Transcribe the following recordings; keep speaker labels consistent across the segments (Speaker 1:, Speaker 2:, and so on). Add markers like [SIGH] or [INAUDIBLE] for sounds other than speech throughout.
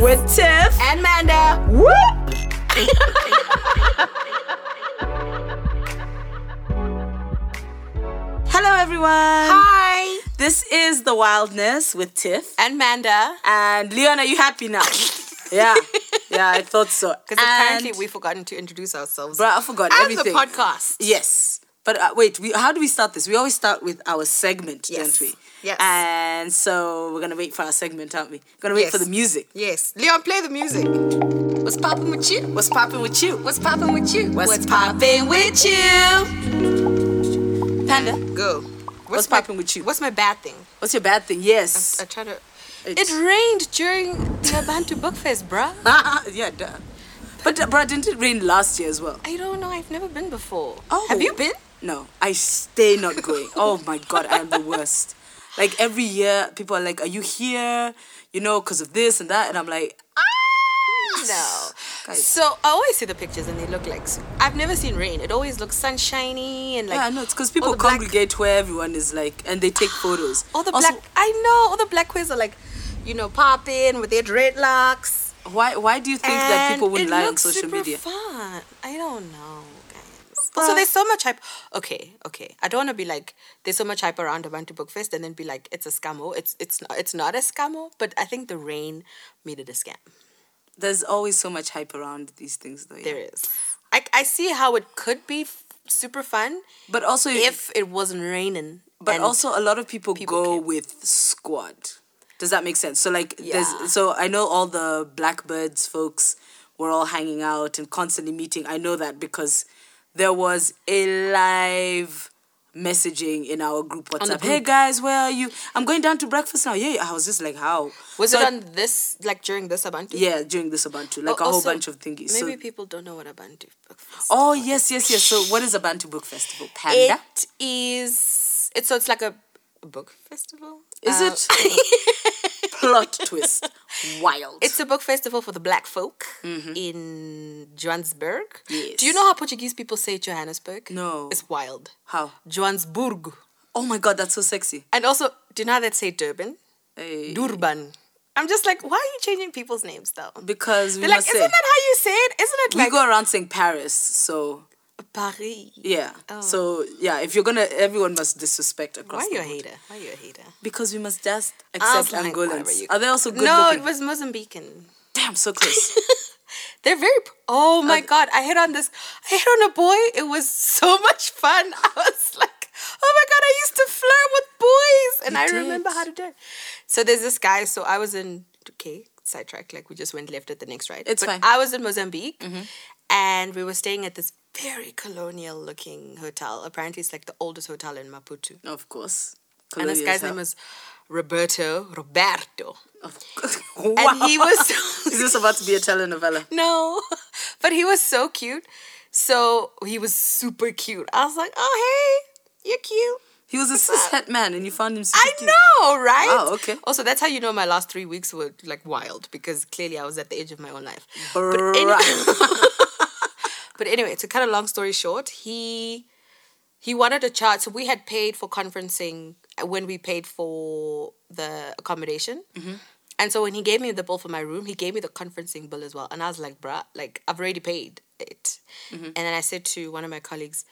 Speaker 1: with Tiff
Speaker 2: and Manda.
Speaker 1: Whoop! Hello, everyone.
Speaker 2: Hi.
Speaker 1: This is The Wildness with Tiff.
Speaker 2: And Manda.
Speaker 1: And Leon, are you
Speaker 2: [LAUGHS]
Speaker 1: happy now? yeah. Yeah, I thought so.
Speaker 2: Because apparently
Speaker 1: And-
Speaker 2: we've forgotten to introduce ourselves.
Speaker 1: Bruh, I forgot
Speaker 2: and
Speaker 1: everything.
Speaker 2: the podcast.
Speaker 1: Yes. But uh, wait, we, how do we start this? We always start with our segment,
Speaker 2: Yes.
Speaker 1: don't we?
Speaker 2: Yes.
Speaker 1: And so we're going to wait for our segment, aren't we? Going to wait
Speaker 2: Yes.
Speaker 1: for the music.
Speaker 2: Yes. Leon, play the music. What's popping with you?
Speaker 1: What's popping with you?
Speaker 2: What's popping with you?
Speaker 1: What's
Speaker 2: popping with you?
Speaker 1: Panda?
Speaker 2: Go.
Speaker 1: What's
Speaker 2: my-
Speaker 1: popping with you?
Speaker 2: What's my bad thing?
Speaker 1: What's your bad thing? Yes.
Speaker 2: I try to.
Speaker 1: It's-
Speaker 2: It rained during the Bantu Book Fest, bruh.
Speaker 1: [LAUGHS] yeah, duh. But, uh, bro, didn't it rain last year as well?
Speaker 2: I don't know. I've never been before.
Speaker 1: Oh.
Speaker 2: Have you been?
Speaker 1: No, I stay not going. oh my god, I am the worst. Like every year, people are like, "Are you here?" You know, because of this and that, and I'm like,
Speaker 2: No.
Speaker 1: [SIGHS] Guys.
Speaker 2: So I always see the pictures and they look like I've never seen rain. It always looks sunshiny and like
Speaker 1: "Yeah, no, it's because
Speaker 2: all
Speaker 1: people
Speaker 2: the black-
Speaker 1: congregate where everyone is like, and they take photos."
Speaker 2: all the
Speaker 1: Also,
Speaker 2: black. I know all the black queens are like, you know, popping with their dreadlocks.
Speaker 1: Why? Why do you think that people
Speaker 2: and
Speaker 1: would
Speaker 2: it
Speaker 1: lie on
Speaker 2: looks
Speaker 1: social
Speaker 2: super
Speaker 1: media?
Speaker 2: Fun. I don't know, guys.
Speaker 1: But-
Speaker 2: Also, there's so much hype. Okay, okay. I don't want to be like there's so much hype around Ubuntu Book Fest and then be like it's a scammo. It's it's not, it's not a scammo, but I think the rain made it a scam.
Speaker 1: There's always so much hype around these things, though. yeah.
Speaker 2: There is. I, I see how it could be f- super fun
Speaker 1: But also,
Speaker 2: if it wasn't raining.
Speaker 1: But
Speaker 2: and-
Speaker 1: also, a lot of people,
Speaker 2: people
Speaker 1: go
Speaker 2: came.
Speaker 1: with squad. Does that make sense? So like,
Speaker 2: Yeah.
Speaker 1: there's so I know all the Blackbirds folks were all hanging out and constantly meeting. I know that because there was a live messaging in our group WhatsApp.
Speaker 2: the
Speaker 1: Hey
Speaker 2: group.
Speaker 1: guys, where are you? I'm going down to breakfast now. Yeah, I was just like, how?
Speaker 2: was
Speaker 1: So
Speaker 2: it
Speaker 1: I-
Speaker 2: on this like during this Ubuntu?
Speaker 1: Yeah, during this Ubuntu, like
Speaker 2: Oh,
Speaker 1: a whole
Speaker 2: also,
Speaker 1: bunch of thingies.
Speaker 2: Maybe
Speaker 1: so,
Speaker 2: people don't know what Ubuntu Book Fest.
Speaker 1: oh yes, yes, yes. So what is a Bantu Book Festival? Panda.
Speaker 2: It is. It's so it's like a, a book festival.
Speaker 1: Is
Speaker 2: Uh,
Speaker 1: it [LAUGHS] plot twist? Wild.
Speaker 2: It's a book festival for the Black folk in Johannesburg.
Speaker 1: Mm-hmm. Yes.
Speaker 2: Do you know how Portuguese people say Johannesburg?
Speaker 1: No.
Speaker 2: It's wild.
Speaker 1: how?
Speaker 2: Johannesburg.
Speaker 1: Oh my god, that's so sexy.
Speaker 2: And also, do you know how they say Durban?
Speaker 1: Eh,
Speaker 2: Durban. I'm just like, why are you changing people's names though?
Speaker 1: because we
Speaker 2: They're like,
Speaker 1: must
Speaker 2: isn't
Speaker 1: say
Speaker 2: that how you say it? Isn't it
Speaker 1: we
Speaker 2: like
Speaker 1: go around saying Paris, so
Speaker 2: Paris?
Speaker 1: yeah.
Speaker 2: Oh.
Speaker 1: So yeah, if you're gonna, everyone must disrespect across.
Speaker 2: Why are you
Speaker 1: the
Speaker 2: a
Speaker 1: board.
Speaker 2: hater? Why are you a hater?
Speaker 1: Because we must just
Speaker 2: I was
Speaker 1: accept
Speaker 2: like, whatever
Speaker 1: Angolans.
Speaker 2: you-
Speaker 1: Are they also good
Speaker 2: No,
Speaker 1: looking?
Speaker 2: it was Mozambican.
Speaker 1: Damn, so
Speaker 2: [LAUGHS]
Speaker 1: close.
Speaker 2: They're very. p- Oh my god! I hit on this. I hit on a boy. It was so [LAUGHS] much fun. I was like, oh my god! I used to flirt with boys, and
Speaker 1: You
Speaker 2: I remember
Speaker 1: did.
Speaker 2: how to do it. So there's this guy. So I was in. Okay, sidetrack. Like we just went left at the next right.
Speaker 1: It's fine. Mm-hmm.
Speaker 2: I was in Mozambique, and we were staying at this very colonial-looking hotel. Apparently, it's like the oldest hotel in Maputo.
Speaker 1: of course.
Speaker 2: And this guy's name was Roberto Roberto, [LAUGHS]
Speaker 1: [LAUGHS] wow.
Speaker 2: and he
Speaker 1: [LAUGHS]
Speaker 2: was.
Speaker 1: Is this about to be a telenovela?
Speaker 2: no. [LAUGHS] But he was so cute. So he was super cute. I was like, oh, hey, you're cute.
Speaker 1: He
Speaker 2: [LAUGHS]
Speaker 1: was a cishet man, and you found him. Super
Speaker 2: I
Speaker 1: cute.
Speaker 2: know, right?
Speaker 1: Wow, okay.
Speaker 2: Also, that's how you know my last three weeks were like wild because clearly I was at the edge of my own life.
Speaker 1: [LAUGHS]
Speaker 2: [LAUGHS] But anyway, to cut a long story short, he he wanted to charge. So we had paid for conferencing uh, when we paid for the accommodation. And so when he gave me the bill for my room, he gave me the conferencing bill as well. And I was like, bruh, like I've already paid it. And then I said to one of my colleagues,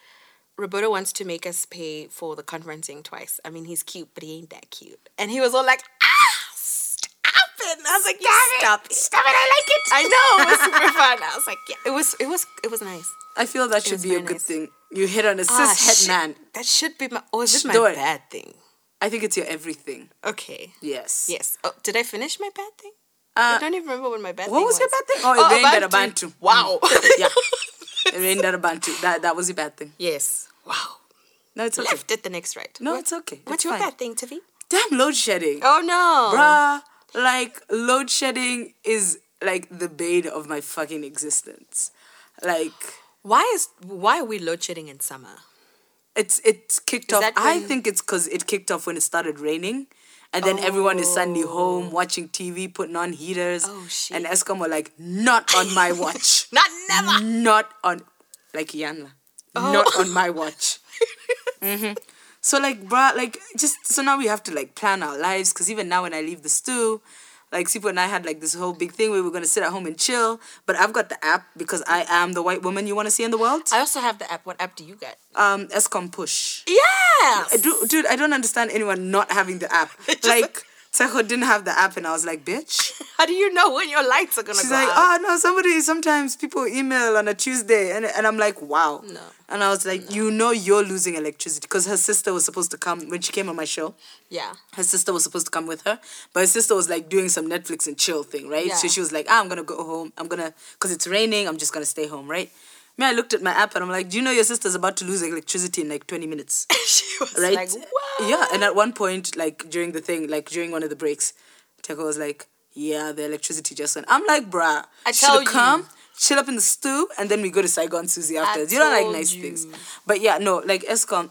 Speaker 2: Roberto wants to make us pay for the conferencing twice. I mean, he's cute, but he ain't that cute. And he was all like, ah, stop it. And I was like, yeah, stop it. Stop it. I like it. I know. It was [LAUGHS] super fun. I was like, yeah, it was, it was, it was nice.
Speaker 1: I feel that should
Speaker 2: was
Speaker 1: be a
Speaker 2: very nice.
Speaker 1: good thing. You hit on a
Speaker 2: Ah,
Speaker 1: cishet
Speaker 2: shit.
Speaker 1: man.
Speaker 2: That should be my. Oh, is
Speaker 1: Sh-
Speaker 2: it my
Speaker 1: don't.
Speaker 2: bad thing?
Speaker 1: I think it's your everything.
Speaker 2: Okay.
Speaker 1: Yes.
Speaker 2: Yes. Oh, did I finish my bad thing?
Speaker 1: Uh,
Speaker 2: I don't even remember what my bad
Speaker 1: What
Speaker 2: thing
Speaker 1: was
Speaker 2: was.
Speaker 1: your bad thing? Oh, it rained at
Speaker 2: Ubuntu.
Speaker 1: Ubuntu.
Speaker 2: Wow. [LAUGHS]
Speaker 1: yeah. It [LAUGHS] rained at Ubuntu. That that was your bad thing.
Speaker 2: yes. Wow.
Speaker 1: No, it's okay.
Speaker 2: Left at the next right.
Speaker 1: No, it's okay.
Speaker 2: What's
Speaker 1: It's
Speaker 2: your
Speaker 1: fine.
Speaker 2: bad thing, Tiffy?
Speaker 1: Damn load shedding.
Speaker 2: Oh no.
Speaker 1: Bruh. Like load shedding is like the bane of my fucking existence. Like
Speaker 2: Why is why are we load shedding in summer?
Speaker 1: it's it's kicked
Speaker 2: Is
Speaker 1: off.
Speaker 2: that
Speaker 1: I
Speaker 2: when-
Speaker 1: think it's cause it kicked off when it started raining. And then everyone is suddenly home watching TV, putting on heaters.
Speaker 2: Oh, shit.
Speaker 1: And Eskom were like, not on my watch.
Speaker 2: [LAUGHS] Not never. Oh.
Speaker 1: Not on, like Yanla, not on
Speaker 2: [LAUGHS]
Speaker 1: my watch. hmm So like, bruh, like just so now we have to like plan our lives because even now when I leave the stew, Like Sipo and I had like this whole big thing where we were gonna sit at home and chill. But I've got the app because I am the white woman you want to see in the world.
Speaker 2: I also have the app. What app do you get?
Speaker 1: Um, Escom Push.
Speaker 2: Yeah.
Speaker 1: I do, dude, I don't understand anyone not having the app. like. Seho didn't have the app, and I was like, "Bitch."
Speaker 2: [LAUGHS] How do you know when your lights are gonna
Speaker 1: She's
Speaker 2: go
Speaker 1: like,
Speaker 2: out?
Speaker 1: "Oh no, somebody." Sometimes people email on a Tuesday, and and I'm like, "Wow."
Speaker 2: No.
Speaker 1: And I was like, "You know, you're losing electricity because her sister was supposed to come when she came on my show."
Speaker 2: yeah. [LAUGHS]
Speaker 1: her sister was supposed to come with her, but her sister was like doing some Netflix and chill thing, right? So
Speaker 2: Yeah.
Speaker 1: she was like, ah, I'm gonna go home. I'm gonna, cause it's raining, I'm just gonna stay home, right? Me, I looked at my app and I'm like, do you know your sister's about to lose electricity in like 20 minutes,
Speaker 2: she was
Speaker 1: right?
Speaker 2: like, "Whoa."
Speaker 1: Yeah, and at one point, like during the thing, like during one of the breaks, Teko was like, yeah, the electricity just went. I'm like, bruh,
Speaker 2: I tell
Speaker 1: shoulda
Speaker 2: you.
Speaker 1: come, chill up in the stew, and then we go to Saigon Susie afterwards. you don't like
Speaker 2: told
Speaker 1: nice
Speaker 2: you.
Speaker 1: things. But yeah, no, like [SNIFFS] Escom,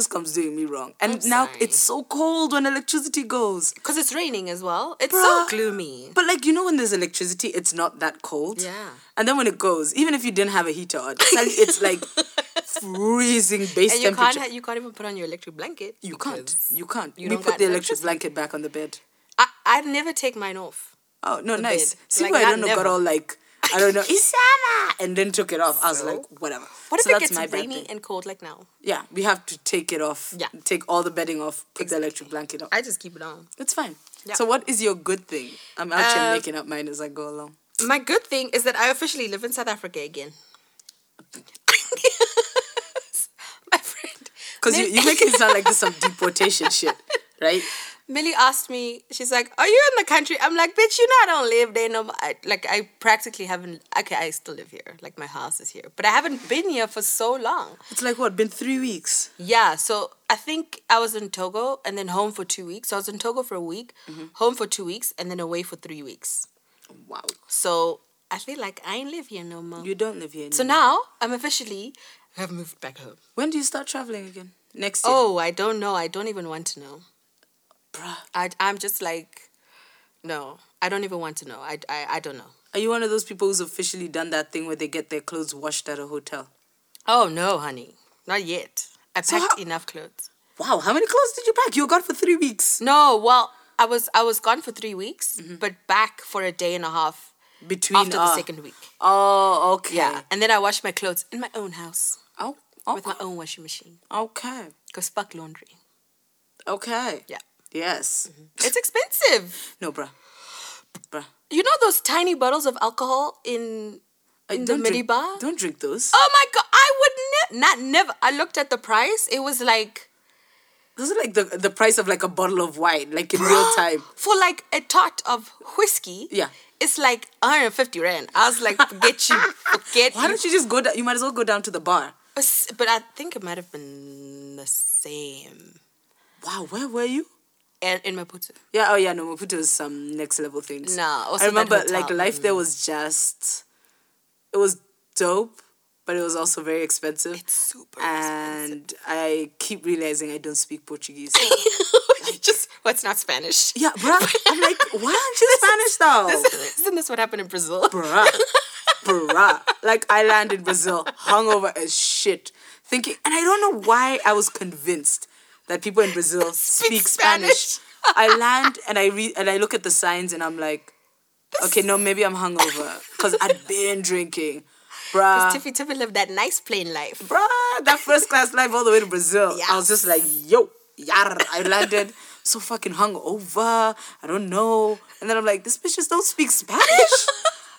Speaker 1: Escom's doing me wrong. And
Speaker 2: I'm
Speaker 1: now
Speaker 2: sorry.
Speaker 1: it's so cold when electricity goes.
Speaker 2: Because it's raining as well. It's
Speaker 1: Bruh.
Speaker 2: so gloomy.
Speaker 1: But like you know, when there's electricity, it's not that cold.
Speaker 2: Yeah.
Speaker 1: And then when it goes, even if you didn't have a heater on, it's like, it's like
Speaker 2: [LAUGHS]
Speaker 1: freezing base
Speaker 2: And you
Speaker 1: temperature.
Speaker 2: can't ha- you can't even put on your electric blanket.
Speaker 1: you can't.
Speaker 2: because
Speaker 1: You can't.
Speaker 2: you don't
Speaker 1: we put
Speaker 2: got
Speaker 1: the electric
Speaker 2: electricity.
Speaker 1: blanket back on the bed.
Speaker 2: I I never take mine off.
Speaker 1: Oh no, nice.
Speaker 2: bed.
Speaker 1: See
Speaker 2: Like,
Speaker 1: why I
Speaker 2: not
Speaker 1: don't know got
Speaker 2: never.
Speaker 1: all like I don't know it's summer and then took it off. I was
Speaker 2: So?
Speaker 1: like whatever.
Speaker 2: What if
Speaker 1: so
Speaker 2: it
Speaker 1: that's my
Speaker 2: gets
Speaker 1: bad
Speaker 2: rainy
Speaker 1: thing.
Speaker 2: and cold like now?
Speaker 1: Yeah, we have to take it off.
Speaker 2: Yeah.
Speaker 1: Take all the bedding off. Put the electric blanket on.
Speaker 2: I just keep it on.
Speaker 1: It's fine.
Speaker 2: Yeah.
Speaker 1: So what is your good thing? I'm actually
Speaker 2: Uh,
Speaker 1: making up mine as I go along.
Speaker 2: My good thing is that I officially live in South Africa again. [LAUGHS] my friend.
Speaker 1: Because you,
Speaker 2: Mil-
Speaker 1: you make it sound like
Speaker 2: [LAUGHS]
Speaker 1: there's some deportation shit, right?
Speaker 2: Millie asked me, she's like, Are you in the country? I'm like, Bitch, you know, I don't live there no more. I- Like, I practically haven't, okay, I still live here. Like, my house is here. But I haven't been here for so long.
Speaker 1: It's like what, been three weeks?
Speaker 2: Yeah, so I think I was in Togo and then home for two weeks. So I was in Togo for a week, home for two weeks, and then away for three weeks.
Speaker 1: Wow.
Speaker 2: So I feel like I ain't live here no more.
Speaker 1: You don't live here
Speaker 2: So
Speaker 1: anymore.
Speaker 2: now I'm officially have moved back home.
Speaker 1: when do you start traveling again? Next year.
Speaker 2: Oh, I don't know. I don't even want to know.
Speaker 1: Bruh.
Speaker 2: I I'm just like, no, I don't even want to know. I I, I don't know.
Speaker 1: Are you one of those people who's officially done that thing where they get their clothes washed at a hotel?
Speaker 2: Oh no, honey, not yet. I
Speaker 1: So
Speaker 2: packed
Speaker 1: how-
Speaker 2: enough clothes.
Speaker 1: Wow, how many clothes did you pack? You got for three weeks.
Speaker 2: No, well, I was I was gone for three weeks, but back for a day and a half
Speaker 1: Between
Speaker 2: after the
Speaker 1: uh,
Speaker 2: second week.
Speaker 1: Oh, okay.
Speaker 2: Yeah, and then I washed my clothes in my own house
Speaker 1: Oh, oh,
Speaker 2: with my own washing machine.
Speaker 1: okay.
Speaker 2: Cause fuck laundry.
Speaker 1: Okay.
Speaker 2: Yeah,
Speaker 1: Yes.
Speaker 2: it's expensive.
Speaker 1: No, bruh. Bruh.
Speaker 2: You know those tiny bottles of alcohol in
Speaker 1: Uh,
Speaker 2: in the
Speaker 1: don't
Speaker 2: mini
Speaker 1: drink-
Speaker 2: bar?
Speaker 1: Don't drink those.
Speaker 2: Oh my god, I would ne- not never. I looked at the price. It was like
Speaker 1: Those are like the, the price of like a bottle of wine, like in [GASPS] [GASPS] real time.
Speaker 2: [GASPS] for like a tot of whiskey.
Speaker 1: Yeah.
Speaker 2: It's like 150 rand. I was like, forget
Speaker 1: [LAUGHS]
Speaker 2: you, forget
Speaker 1: Why
Speaker 2: you.
Speaker 1: don't you just go down? You might as well go down to the bar.
Speaker 2: But s- But I think it might have been the same.
Speaker 1: Wow, where were you?
Speaker 2: And in Maputo,
Speaker 1: Yeah, oh yeah, no, Maputo is some next level things.
Speaker 2: No, also
Speaker 1: I
Speaker 2: that
Speaker 1: remember like
Speaker 2: hotel,
Speaker 1: life there was just it was dope, but it was also very expensive.
Speaker 2: it's super expensive.
Speaker 1: and I keep realizing I don't speak Portuguese. [LAUGHS]
Speaker 2: Just what's not Spanish?
Speaker 1: yeah,
Speaker 2: [LAUGHS]
Speaker 1: bruh. I'm like, why aren't you Spanish though?
Speaker 2: This- Isn't this what happened in Brazil?
Speaker 1: bruh, bruh. Like I
Speaker 2: [LAUGHS]
Speaker 1: landed Brazil hungover as shit, thinking, and I don't know why I was convinced that people in Brazil
Speaker 2: [LAUGHS] Speak
Speaker 1: speak Spanish.
Speaker 2: Spanish.
Speaker 1: I land and I read and I look at the signs and I'm like, okay, no, maybe I'm hungover because I'd been drinking, bruh.
Speaker 2: Tiffy Tiffy lived that nice plain life.
Speaker 1: Bruh, that first class life all the way to Brazil. I was
Speaker 2: Yes.
Speaker 1: just like, yo, yar. I landed so fucking hungover. I don't know. And then I'm like, this bitch just don't speak Spanish.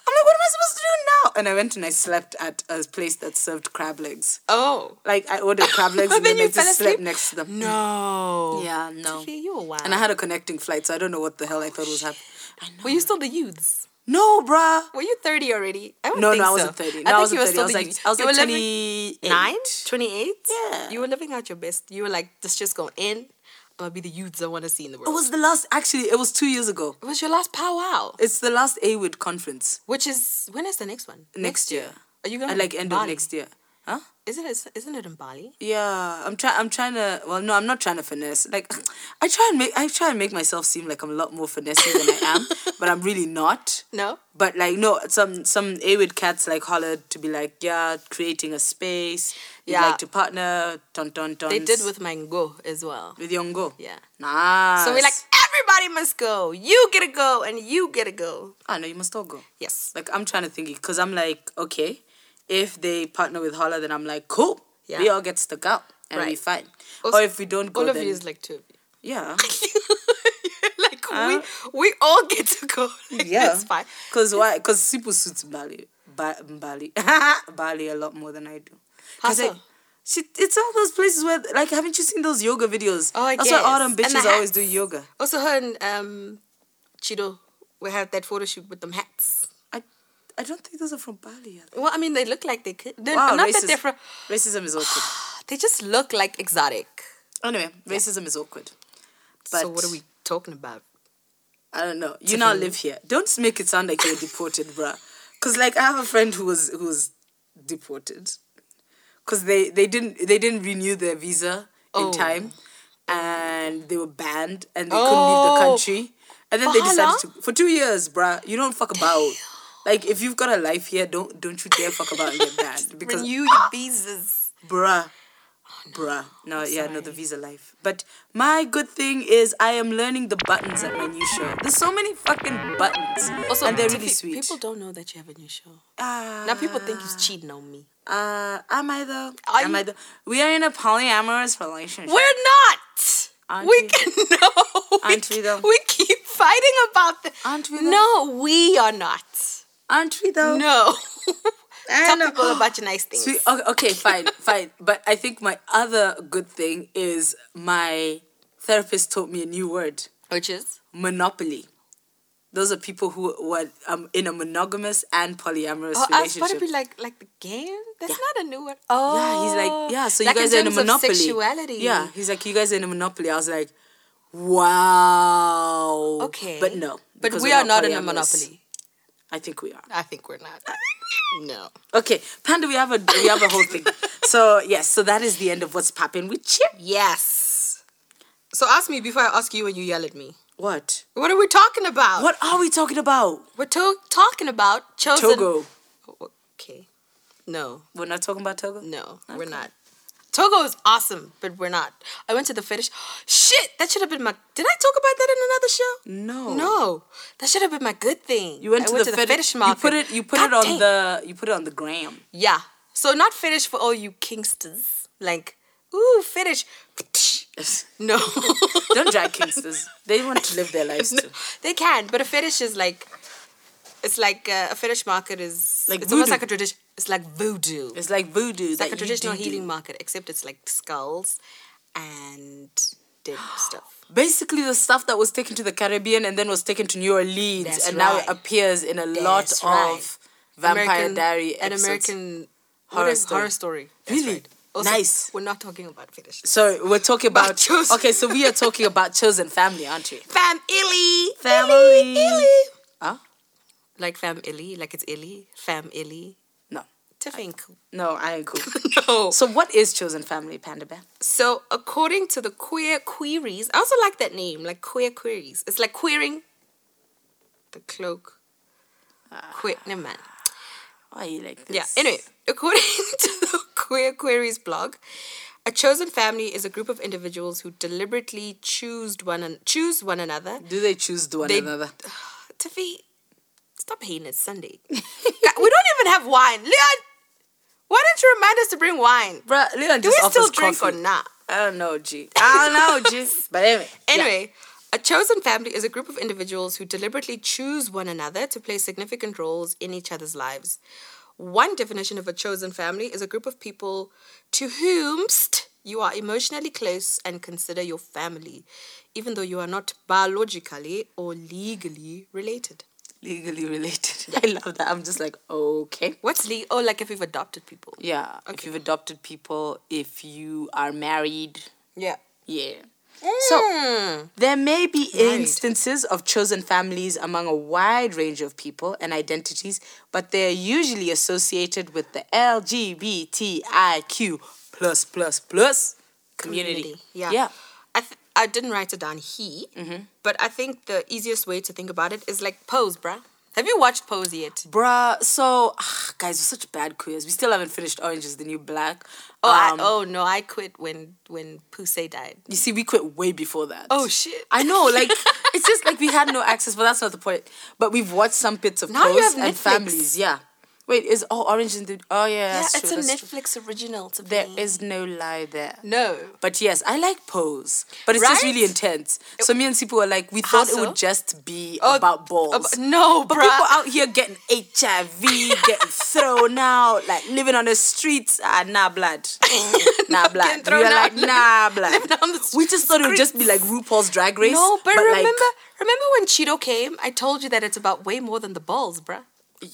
Speaker 1: I'm like, what am I supposed to do now? And I went and I slept at a place that served crab legs.
Speaker 2: Oh.
Speaker 1: Like I ordered
Speaker 2: [LAUGHS]
Speaker 1: crab legs and
Speaker 2: Then
Speaker 1: then
Speaker 2: you
Speaker 1: I
Speaker 2: fell
Speaker 1: just
Speaker 2: asleep?
Speaker 1: slept next to them.
Speaker 2: No.
Speaker 1: Yeah, no.
Speaker 2: Tiffy, you were wild.
Speaker 1: And I had a connecting flight, so I don't know what the hell I thought was happening. I know.
Speaker 2: Were you still the youths?
Speaker 1: No, bruh.
Speaker 2: Were you 30 already? I don't
Speaker 1: No,
Speaker 2: think
Speaker 1: no, I
Speaker 2: so.
Speaker 1: wasn't 30.
Speaker 2: I
Speaker 1: No, I,
Speaker 2: think you
Speaker 1: wasn't
Speaker 2: were
Speaker 1: 30. I
Speaker 2: still
Speaker 1: was
Speaker 2: the
Speaker 1: like,
Speaker 2: youth.
Speaker 1: I was
Speaker 2: You
Speaker 1: like
Speaker 2: were living
Speaker 1: 28.
Speaker 2: 9, 28?
Speaker 1: Yeah.
Speaker 2: You were living out your best. You were like, this just going in. I'm going to be the youths I want to see in the world.
Speaker 1: It was the last, actually, it was two years ago.
Speaker 2: it was your last powwow,
Speaker 1: It's the last AWID conference
Speaker 2: which is, when is the next one?
Speaker 1: next year.
Speaker 2: Are you going
Speaker 1: At like end of next year. Huh?
Speaker 2: Isn't it? Isn't it in Bali?
Speaker 1: Yeah, I'm trying. I'm trying to. Well, no, I'm not trying to finesse. Like, I try and make. I try and make myself seem like I'm a lot more finessing than
Speaker 2: [LAUGHS]
Speaker 1: I am, but I'm really not.
Speaker 2: No.
Speaker 1: But like, no, some some avid cats like hollered to be like, yeah, creating a space. Yeah.
Speaker 2: Yeah.
Speaker 1: like to partner. Ton ton ton.
Speaker 2: They did with Mango as well.
Speaker 1: with Yongo.
Speaker 2: Yeah.
Speaker 1: Nice.
Speaker 2: So we're like, everybody must go. You get to go, and you get to go.
Speaker 1: ah no, you must all go.
Speaker 2: Yes.
Speaker 1: Like I'm trying to think because I'm like, okay, if they partner with Holla, then I'm like, cool.
Speaker 2: Yeah.
Speaker 1: We all get stuck out and we
Speaker 2: Right.
Speaker 1: fine.
Speaker 2: Also-
Speaker 1: or if we don't go,
Speaker 2: All of
Speaker 1: then
Speaker 2: you is like two of
Speaker 1: [LAUGHS]
Speaker 2: you. [LAUGHS]
Speaker 1: yeah,
Speaker 2: like
Speaker 1: Huh?
Speaker 2: we we all get to go. [LAUGHS] Like,
Speaker 1: yeah.
Speaker 2: It's fine.
Speaker 1: Cause why? Cause Sipu suits Bali, ba- Bali, [LAUGHS] Bali a lot more than I do. Cause
Speaker 2: How
Speaker 1: I-
Speaker 2: so?
Speaker 1: she, it's all those places where, like, haven't you seen those yoga videos?
Speaker 2: Oh, I
Speaker 1: That's
Speaker 2: guess.
Speaker 1: why all them
Speaker 2: And the
Speaker 1: bitches always
Speaker 2: hats.
Speaker 1: do yoga.
Speaker 2: Also, her and um, Chido, we had that photo shoot with them hats.
Speaker 1: I, I don't think those are from Bali. I-
Speaker 2: Well, I mean, they look like they could. They're,
Speaker 1: Wow,
Speaker 2: not
Speaker 1: racism,
Speaker 2: that they're from.
Speaker 1: racism is awkward.
Speaker 2: They just look like exotic.
Speaker 1: Anyway, racism is awkward.
Speaker 2: so what are we talking about?
Speaker 1: I don't know. You now live here. Don't make it sound like you're deported, bruh. Cause like I have a friend who was who was deported. Cause they they didn't they didn't renew their visa
Speaker 2: Oh.
Speaker 1: in time, and they were banned and they
Speaker 2: Oh.
Speaker 1: couldn't leave the country. And then
Speaker 2: For
Speaker 1: they
Speaker 2: how
Speaker 1: decided
Speaker 2: long?
Speaker 1: to for two years, bruh. You don't fuck about. Like if you've got a life here, don't don't you dare fuck about and get banned because
Speaker 2: Renew
Speaker 1: [GASPS]
Speaker 2: your visas.
Speaker 1: bruh. Bruh. Oh, No, yeah, no, the visa life. But my good thing is I am learning the buttons at my new show. There's so many fucking buttons.
Speaker 2: Also,
Speaker 1: and they're
Speaker 2: to
Speaker 1: really
Speaker 2: pe-
Speaker 1: sweet.
Speaker 2: People don't know that you have a new show.
Speaker 1: uh,
Speaker 2: Now people think you're cheating on me.
Speaker 1: Uh, am I though?
Speaker 2: Are
Speaker 1: am I
Speaker 2: you-
Speaker 1: though? We are in a polyamorous relationship.
Speaker 2: We're not.
Speaker 1: Aren't
Speaker 2: we
Speaker 1: we?
Speaker 2: can [LAUGHS] no.
Speaker 1: Aren't
Speaker 2: we,
Speaker 1: we though?
Speaker 2: we keep fighting about this.
Speaker 1: Aren't we though?
Speaker 2: No, we are not.
Speaker 1: Aren't we though? [LAUGHS]
Speaker 2: No. [LAUGHS]
Speaker 1: I
Speaker 2: Tell
Speaker 1: know.
Speaker 2: people about your nice things.
Speaker 1: uh, Sweet. Okay, okay, fine, [LAUGHS] fine. But I think my other good thing is my therapist taught me a new word.
Speaker 2: Which is
Speaker 1: monopoly. Those are people who were um, in a monogamous and polyamorous
Speaker 2: oh, I was about to
Speaker 1: relationship.
Speaker 2: be like like the game. That's
Speaker 1: Yeah.
Speaker 2: not a new one. Oh,
Speaker 1: yeah, he's like, yeah, so
Speaker 2: Like
Speaker 1: you guys are in a
Speaker 2: terms of
Speaker 1: monopoly.
Speaker 2: sexuality.
Speaker 1: Yeah, he's like, you guys are in a monopoly. I was like, wow.
Speaker 2: Okay.
Speaker 1: But no.
Speaker 2: But
Speaker 1: because
Speaker 2: we
Speaker 1: we're
Speaker 2: are not in a
Speaker 1: polyamorous.
Speaker 2: monopoly.
Speaker 1: I think we are.
Speaker 2: I think we're [LAUGHS] not. no.
Speaker 1: Okay, Panda, we have a we have a whole
Speaker 2: [LAUGHS]
Speaker 1: thing. So yes, so that is the end of what's popping with Chip.
Speaker 2: Yes. So ask me before I ask you when you yell at me.
Speaker 1: What?
Speaker 2: What are we talking about?
Speaker 1: What are we talking about?
Speaker 2: We're to- talking about chosen.
Speaker 1: Togo.
Speaker 2: Okay. No,
Speaker 1: We're not talking about Togo.
Speaker 2: no, we're
Speaker 1: Okay.
Speaker 2: not. Togo is awesome, but we're not. I went to the fetish. [GASPS] Shit, that should have been my. Did I talk about that in another show?
Speaker 1: No.
Speaker 2: No, that should have been my good thing.
Speaker 1: You went,
Speaker 2: I
Speaker 1: to, the
Speaker 2: fetish,
Speaker 1: fetish, You
Speaker 2: market.
Speaker 1: put it. You put
Speaker 2: God
Speaker 1: it on
Speaker 2: dang.
Speaker 1: the. You put it on the
Speaker 2: [LAUGHS]
Speaker 1: gram.
Speaker 2: Yeah. So not fetish for all you kingsters. Like, ooh, fetish. [LAUGHS] No.
Speaker 1: Don't drag kingsters. They want to live their lives too.
Speaker 2: [LAUGHS] They can, but a fetish is like, it's like uh, a fetish market is
Speaker 1: Like
Speaker 2: it's almost
Speaker 1: voodoo.
Speaker 2: like a tradition. It's like voodoo. It's
Speaker 1: It's like voodoo. It's
Speaker 2: like a traditional healing market, except it's like skulls and dead stuff.
Speaker 1: Basically, the stuff that was taken to the Caribbean and then was taken to New Orleans
Speaker 2: That's
Speaker 1: and now
Speaker 2: right.
Speaker 1: it appears in a lot
Speaker 2: That's
Speaker 1: of
Speaker 2: right.
Speaker 1: [GASPS] Vampire
Speaker 2: American-
Speaker 1: Diary
Speaker 2: an
Speaker 1: episodes.
Speaker 2: American horror
Speaker 1: Horror
Speaker 2: story. Horror
Speaker 1: story.
Speaker 2: story. That's
Speaker 1: Really?
Speaker 2: right. Also,
Speaker 1: Nice.
Speaker 2: We're not talking about fetish.
Speaker 1: So we're talking
Speaker 2: About
Speaker 1: about.
Speaker 2: chosen-
Speaker 1: okay, so we are talking about chosen family, aren't we?
Speaker 2: Fam illy.
Speaker 1: Family. Huh?
Speaker 2: Like fam illy. Like it's illy. Fam illy.
Speaker 1: No,
Speaker 2: Tiffany.
Speaker 1: no, I ain't cool.
Speaker 2: [LAUGHS] no.
Speaker 1: so what is chosen family, Panda Bear?
Speaker 2: So, according to the Queer Queries, I also like that name, like Queer Queries. It's like queering the cloak. Queer,
Speaker 1: Ah,
Speaker 2: never mind.
Speaker 1: Why are you like this?
Speaker 2: Yeah, anyway, according [LAUGHS] to the Queer Queries blog, a chosen family is a group of individuals who deliberately choose one an- choose one another.
Speaker 1: Do they choose one
Speaker 2: They-
Speaker 1: another?
Speaker 2: [SIGHS] Tiffy, stop hating it's Sunday. [LAUGHS] we don't even have wine. Leon, why don't you remind us to bring wine?
Speaker 1: Bruh, Leon
Speaker 2: Do
Speaker 1: just
Speaker 2: we
Speaker 1: offers
Speaker 2: still drink
Speaker 1: coffee.
Speaker 2: or not?
Speaker 1: I don't know, G. I don't
Speaker 2: [LAUGHS]
Speaker 1: know, G. But anyway. yeah.
Speaker 2: Anyway, a chosen family is a group of individuals who deliberately choose one another to play significant roles in each other's lives. One definition of a chosen family is a group of people to whomst you are emotionally close and consider your family, even though you are not biologically or legally related.
Speaker 1: Legally related. [LAUGHS] I love that. I'm just like, okay.
Speaker 2: What's le? Oh, like if you've adopted people.
Speaker 1: Yeah. If you've adopted people, if you are married,
Speaker 2: Yeah.
Speaker 1: yeah.
Speaker 2: Hmm.
Speaker 1: So there may be instances of chosen families among a wide range of people and identities, but they are usually associated with the LGBTIQ plus plus plus community.
Speaker 2: Yeah.
Speaker 1: Yeah. Mm-hmm.
Speaker 2: I, th- I didn't write it down he, but I think the easiest way to think about it is like Pose, bruh. Have you watched Pose yet?
Speaker 1: Bruh, so ah, guys, we're such bad queers. We still haven't finished Orange is the New Black.
Speaker 2: Oh, I,
Speaker 1: Um,
Speaker 2: oh no, I quit when when Pusey died.
Speaker 1: You see, we quit way before that.
Speaker 2: Oh, shit.
Speaker 1: I know, like it's just like we had no access, but that's not the point. But we've watched some bits of
Speaker 2: Now you
Speaker 1: Pose
Speaker 2: have
Speaker 1: and
Speaker 2: Netflix.
Speaker 1: families. Yeah. Wait, is oh Orange is the oh yeah, that's true, that's true.
Speaker 2: Netflix original. To
Speaker 1: There is no lie there.
Speaker 2: no.
Speaker 1: But yes, I like Pose, but it's just
Speaker 2: Right?
Speaker 1: really intense. So me and Sipu were like, we
Speaker 2: How
Speaker 1: thought it
Speaker 2: so?
Speaker 1: would just be
Speaker 2: Oh,
Speaker 1: about balls.
Speaker 2: ab- no,
Speaker 1: but
Speaker 2: bruh.
Speaker 1: people out here getting HIV,
Speaker 2: [LAUGHS]
Speaker 1: getting thrown out, like living on the streets. Ah,
Speaker 2: [LAUGHS]
Speaker 1: nah, blood. Nah, blood.
Speaker 2: Getting
Speaker 1: We
Speaker 2: thrown
Speaker 1: were like,
Speaker 2: out,
Speaker 1: nah, blood.
Speaker 2: living on the
Speaker 1: We just thought it would just be like RuPaul's Drag Race.
Speaker 2: no, but,
Speaker 1: like,
Speaker 2: remember, remember when Cheeto came? I told you that it's about way more than the balls, bruh.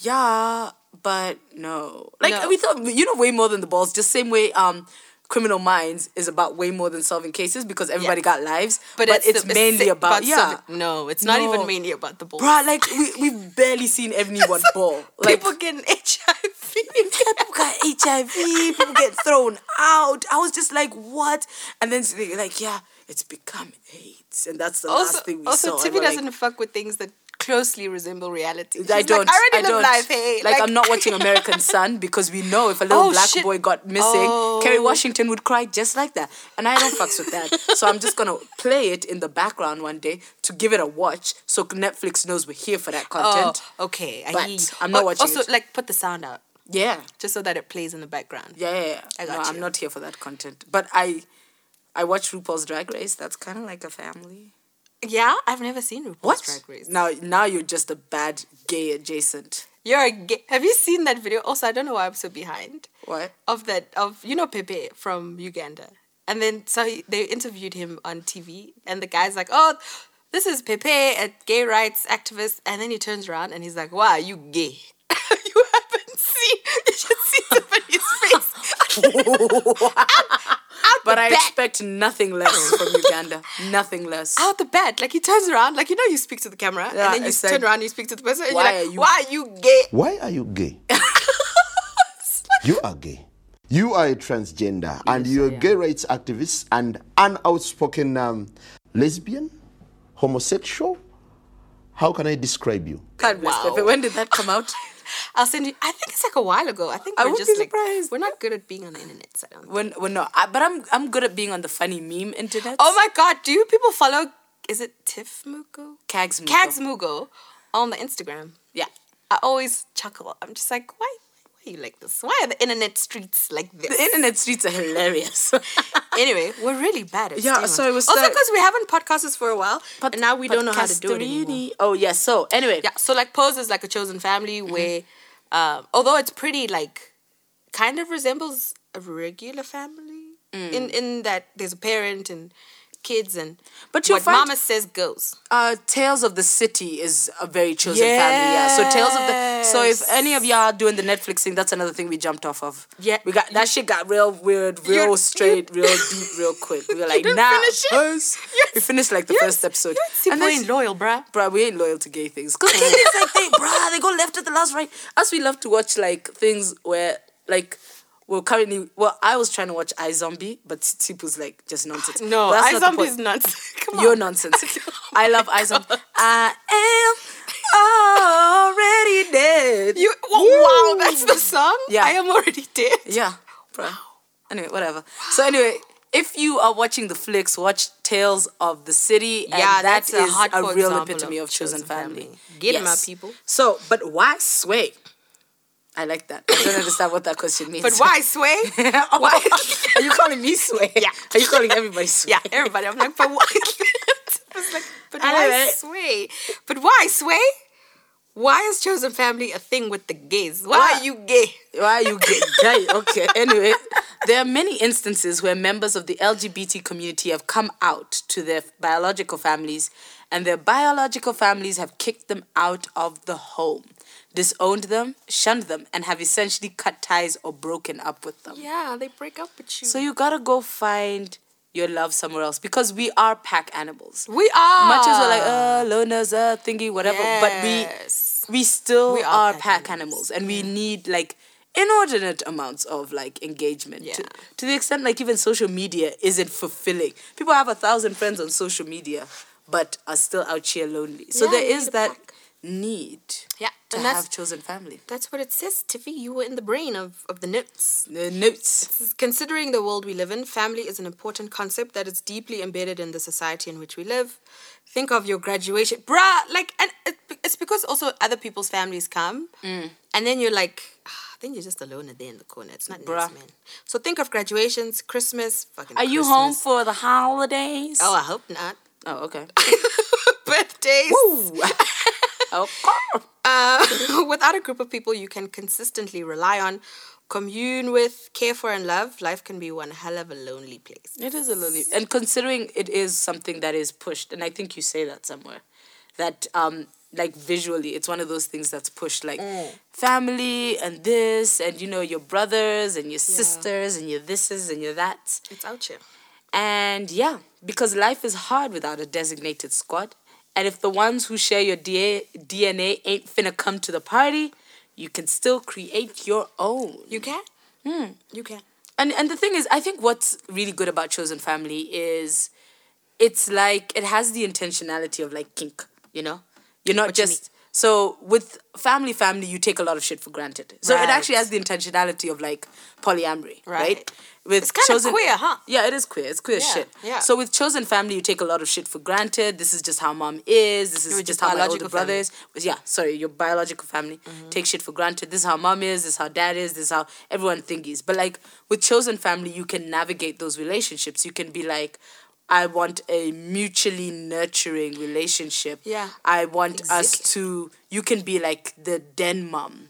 Speaker 1: Yeah, but no. Like
Speaker 2: No.
Speaker 1: we thought, you know, way more than the balls. Just same way, um, Criminal Minds is about way more than solving cases because everybody got lives. But, it's,
Speaker 2: the-
Speaker 1: mainly
Speaker 2: si-
Speaker 1: about, yeah,
Speaker 2: something- no, it's not
Speaker 1: No.
Speaker 2: even mainly about the balls.
Speaker 1: bruh. Like we we've barely seen [LAUGHS] anyone ball. Like
Speaker 2: people getting [LAUGHS]
Speaker 1: [LAUGHS]
Speaker 2: HIV.
Speaker 1: people got HIV, people get thrown out. I was just like, what? And then they like, yeah, it's become AIDS, and that's the
Speaker 2: also,
Speaker 1: last thing we
Speaker 2: also
Speaker 1: saw. And
Speaker 2: Tiffy
Speaker 1: we're like,
Speaker 2: doesn't fuck with things that closely resemble reality.
Speaker 1: I
Speaker 2: She's
Speaker 1: don't.
Speaker 2: Like, I already
Speaker 1: I
Speaker 2: live
Speaker 1: don't.
Speaker 2: life, hey.
Speaker 1: Like, I'm not watching American Sun because we know if a little
Speaker 2: Oh,
Speaker 1: black
Speaker 2: shit.
Speaker 1: boy got missing,
Speaker 2: Oh.
Speaker 1: Kerry Washington would cry just like that. And I don't fucks with that. So I'm just gonna play it in the background one day to give it a watch, so Netflix knows we're here for that
Speaker 2: Oh,
Speaker 1: content.
Speaker 2: okay. I
Speaker 1: But
Speaker 2: hear you.
Speaker 1: I'm not
Speaker 2: Al-
Speaker 1: watching
Speaker 2: Also,
Speaker 1: it.
Speaker 2: like, put the sound out
Speaker 1: Yeah,
Speaker 2: just so that it plays in the background.
Speaker 1: yeah, yeah. yeah.
Speaker 2: I got
Speaker 1: no, I'm
Speaker 2: you.
Speaker 1: not here for that content. But I, I watch RuPaul's Drag Race. That's kind of like a family.
Speaker 2: Yeah, I've never seen RuPaul's
Speaker 1: What?
Speaker 2: Drag Race.
Speaker 1: Now, now you're just a bad gay adjacent.
Speaker 2: You're a gay. Have you seen that video? Also, I don't know why I'm so behind.
Speaker 1: What?
Speaker 2: Of that, of you know Pepe from Uganda, and then so he, they interviewed him on TV, and the guy's like, "Oh, this is Pepe, a gay rights activist," and then he turns around and he's like, "Wow, you gay." [LAUGHS] you haven't seen. [LAUGHS] You should see somebody's face.
Speaker 1: But I
Speaker 2: back.
Speaker 1: expect nothing less from
Speaker 2: [LAUGHS]
Speaker 1: Uganda. nothing less.
Speaker 2: out the bed. Like he turns around, like you know, you speak to the camera,
Speaker 1: Yeah,
Speaker 2: and then you
Speaker 1: it's
Speaker 2: turn
Speaker 1: like,
Speaker 2: around, you speak to the person, and
Speaker 1: why
Speaker 2: you're
Speaker 1: are
Speaker 2: like,
Speaker 1: you-
Speaker 2: "Why are you gay?"
Speaker 3: Why are you gay? you are gay. You are a transgender and you're a gay rights activist and an outspoken um, lesbian, homosexual. How can I describe you?
Speaker 1: God bless
Speaker 2: Wow.
Speaker 1: Pepe. When did that
Speaker 2: [LAUGHS]
Speaker 1: come out?
Speaker 2: I'll send you. I think it's like a while ago. I think
Speaker 1: I
Speaker 2: we're
Speaker 1: would be
Speaker 2: just like
Speaker 1: surprised.
Speaker 2: we're not good at being on the internet. So I don't.
Speaker 1: When when no, I, but I'm I'm good at being on the funny meme internet.
Speaker 2: Oh my god! Do you people follow? Is it Tiff Mugo?
Speaker 1: Cags Mugo.
Speaker 2: Cags Mugo on the Instagram.
Speaker 1: yeah.
Speaker 2: I always chuckle. I'm just like, why? Why are you like this? Why are the internet streets like this?
Speaker 1: The internet streets are hilarious.
Speaker 2: [LAUGHS]
Speaker 1: [LAUGHS]
Speaker 2: anyway, we're really bad at
Speaker 1: Yeah,
Speaker 2: staying on-
Speaker 1: so it was
Speaker 2: also
Speaker 1: like-
Speaker 2: because we haven't podcasted for a while, but and now we don't know how to do it
Speaker 1: Podcasterini.
Speaker 2: anymore.
Speaker 1: Oh yeah. So anyway,
Speaker 2: Yeah, so like Pose is like a chosen family where, um, although it's pretty like, kind of resembles a regular family in in that there's a parent and kids and
Speaker 1: But you'll
Speaker 2: what
Speaker 1: find-
Speaker 2: Mama says goes.
Speaker 1: uh, Tales of the City is a very chosen family. Yeah. So Tales of the. So if
Speaker 2: Yes.
Speaker 1: any of y'all are doing the Netflix thing, that's another thing we jumped off of.
Speaker 2: Yeah.
Speaker 1: We got that shit got real weird, real
Speaker 2: You-
Speaker 1: straight, real
Speaker 2: [LAUGHS]
Speaker 1: deep, real quick. We were like,
Speaker 2: didn't
Speaker 1: nah,
Speaker 2: finish it?
Speaker 1: us.
Speaker 2: You're-
Speaker 1: we finished like the
Speaker 2: you're-
Speaker 1: first episode.
Speaker 2: You're
Speaker 1: that's-
Speaker 2: ain't loyal, bruh.
Speaker 1: bruh, we ain't loyal to gay things. [LAUGHS]
Speaker 2: Mm.
Speaker 1: Cause gay things like they, bruh, they go left at the last right. Us, we love to watch like things where like we're currently. Well, I was trying to watch I Zombie, but Tipu's like just nonsense.
Speaker 2: No,
Speaker 1: But that's
Speaker 2: I
Speaker 1: not the point.
Speaker 2: zombies nuts. [LAUGHS] Come on.
Speaker 1: You're nonsense. I love I Zombie.
Speaker 2: [LAUGHS]
Speaker 1: I am already dead.
Speaker 2: You, wow,
Speaker 1: Woo.
Speaker 2: that's the song.
Speaker 1: Yeah.
Speaker 2: I am already dead.
Speaker 1: Yeah, bro. Anyway, whatever. So anyway, if you are watching the flicks, watch Tales of the City. And
Speaker 2: Yeah,
Speaker 1: that
Speaker 2: that's a
Speaker 1: is a,
Speaker 2: hardcore
Speaker 1: real
Speaker 2: example
Speaker 1: epitome of
Speaker 2: of
Speaker 1: chosen,
Speaker 2: chosen
Speaker 1: family.
Speaker 2: family. Get 'em out, people.
Speaker 1: So, but why sway? I like that. I don't understand what that question means.
Speaker 2: But why sway?
Speaker 1: [LAUGHS] why? are you calling me sway?
Speaker 2: Yeah.
Speaker 1: Are you calling everybody
Speaker 2: [LAUGHS]
Speaker 1: sway?
Speaker 2: yeah, everybody. I'm like, but why? [LAUGHS]
Speaker 1: [LAUGHS]
Speaker 2: I was like, but why
Speaker 1: Alright.
Speaker 2: sway? But why sway? Why is chosen family a thing with the gays? Why
Speaker 1: Why-
Speaker 2: are you gay?
Speaker 1: Why you get gay? Okay. Anyway, there are many instances where members of the LGBT community have come out to their biological families, and their biological families have kicked them out of the home, disowned them, shunned them, and have essentially cut ties or broken up with them.
Speaker 2: Yeah, they break up with you.
Speaker 1: So you gotta go find your love somewhere else because we are pack animals.
Speaker 2: We are
Speaker 1: Much as we're like, uh, loners, uh, thingy, whatever,
Speaker 2: Ah. Yes.
Speaker 1: but we we still
Speaker 2: We
Speaker 1: are, pack animals, and we need like inordinate amounts of like engagement to,
Speaker 2: Yeah.
Speaker 1: to the extent like even social media isn't fulfilling. People have a thousand friends on social media, but are still out here lonely. So
Speaker 2: Yeah,
Speaker 1: there
Speaker 2: we
Speaker 1: is
Speaker 2: need a
Speaker 1: that
Speaker 2: pack.
Speaker 1: need
Speaker 2: Yeah,
Speaker 1: to
Speaker 2: and that's-
Speaker 1: have chosen family.
Speaker 2: That's what it says, Tiffy. You were in the brain of, of the nits.
Speaker 1: The notes.
Speaker 2: Considering the world we live in, family is an important concept that is deeply embedded in the society in which we live. Think of your graduation, bruh. Like, and it- it's because also other people's families come,
Speaker 1: Mm.
Speaker 2: and then you're like, ah, then you're just alone there in the corner. It's not
Speaker 1: Bruh.
Speaker 2: nice, man. So think of graduations, Christmas, fucking.
Speaker 1: Are you home
Speaker 2: Christmas.
Speaker 1: for the holidays?
Speaker 2: Oh, I hope not. [LAUGHS]
Speaker 1: Oh, okay.
Speaker 2: Birthdays.
Speaker 1: Ooh. okay.
Speaker 2: Uh, [LAUGHS] without a group of people you can consistently rely on, commune with, care for, and love, life can be one hell of a lonely place.
Speaker 1: It is a lonely, and considering it is something that is pushed, and I think you say that somewhere, that um, like visually, it's one of those things that's pushed, like family and this, and you know your brothers and your sisters and your thises and your thats,
Speaker 2: It's out here.
Speaker 1: and yeah, because life is hard without a designated squad, and if the ones who share your DA- DNA ain't finna come to the party, you can still create your own.
Speaker 2: You can?
Speaker 1: Hmm.
Speaker 2: You can.
Speaker 1: And and the thing is, I think what's really good about chosen family is it's like it has the intentionality of like kink, you know? You're not
Speaker 2: What you
Speaker 1: just so with family family you take a lot of shit for granted. So it
Speaker 2: Right.
Speaker 1: actually has the intentionality of like polyamory, right?
Speaker 2: Right.
Speaker 1: With
Speaker 2: It's kinda queer, huh?
Speaker 1: Yeah, it is queer. It's queer as
Speaker 2: Yeah,
Speaker 1: shit.
Speaker 2: yeah.
Speaker 1: So with chosen family you take a lot of shit for granted. This is just how mom is. This is
Speaker 2: Your
Speaker 1: just how my older
Speaker 2: biological family.
Speaker 1: brother is. Yeah, sorry, your biological family
Speaker 2: Mm-hmm.
Speaker 1: take shit for granted. This is how mom is, this is how dad is, this is how everyone thingies. But like with chosen family, you can navigate those relationships. You can be like, I want a mutually nurturing relationship.
Speaker 2: Yeah.
Speaker 1: I want
Speaker 2: Exactly.
Speaker 1: us to you can be like the den mom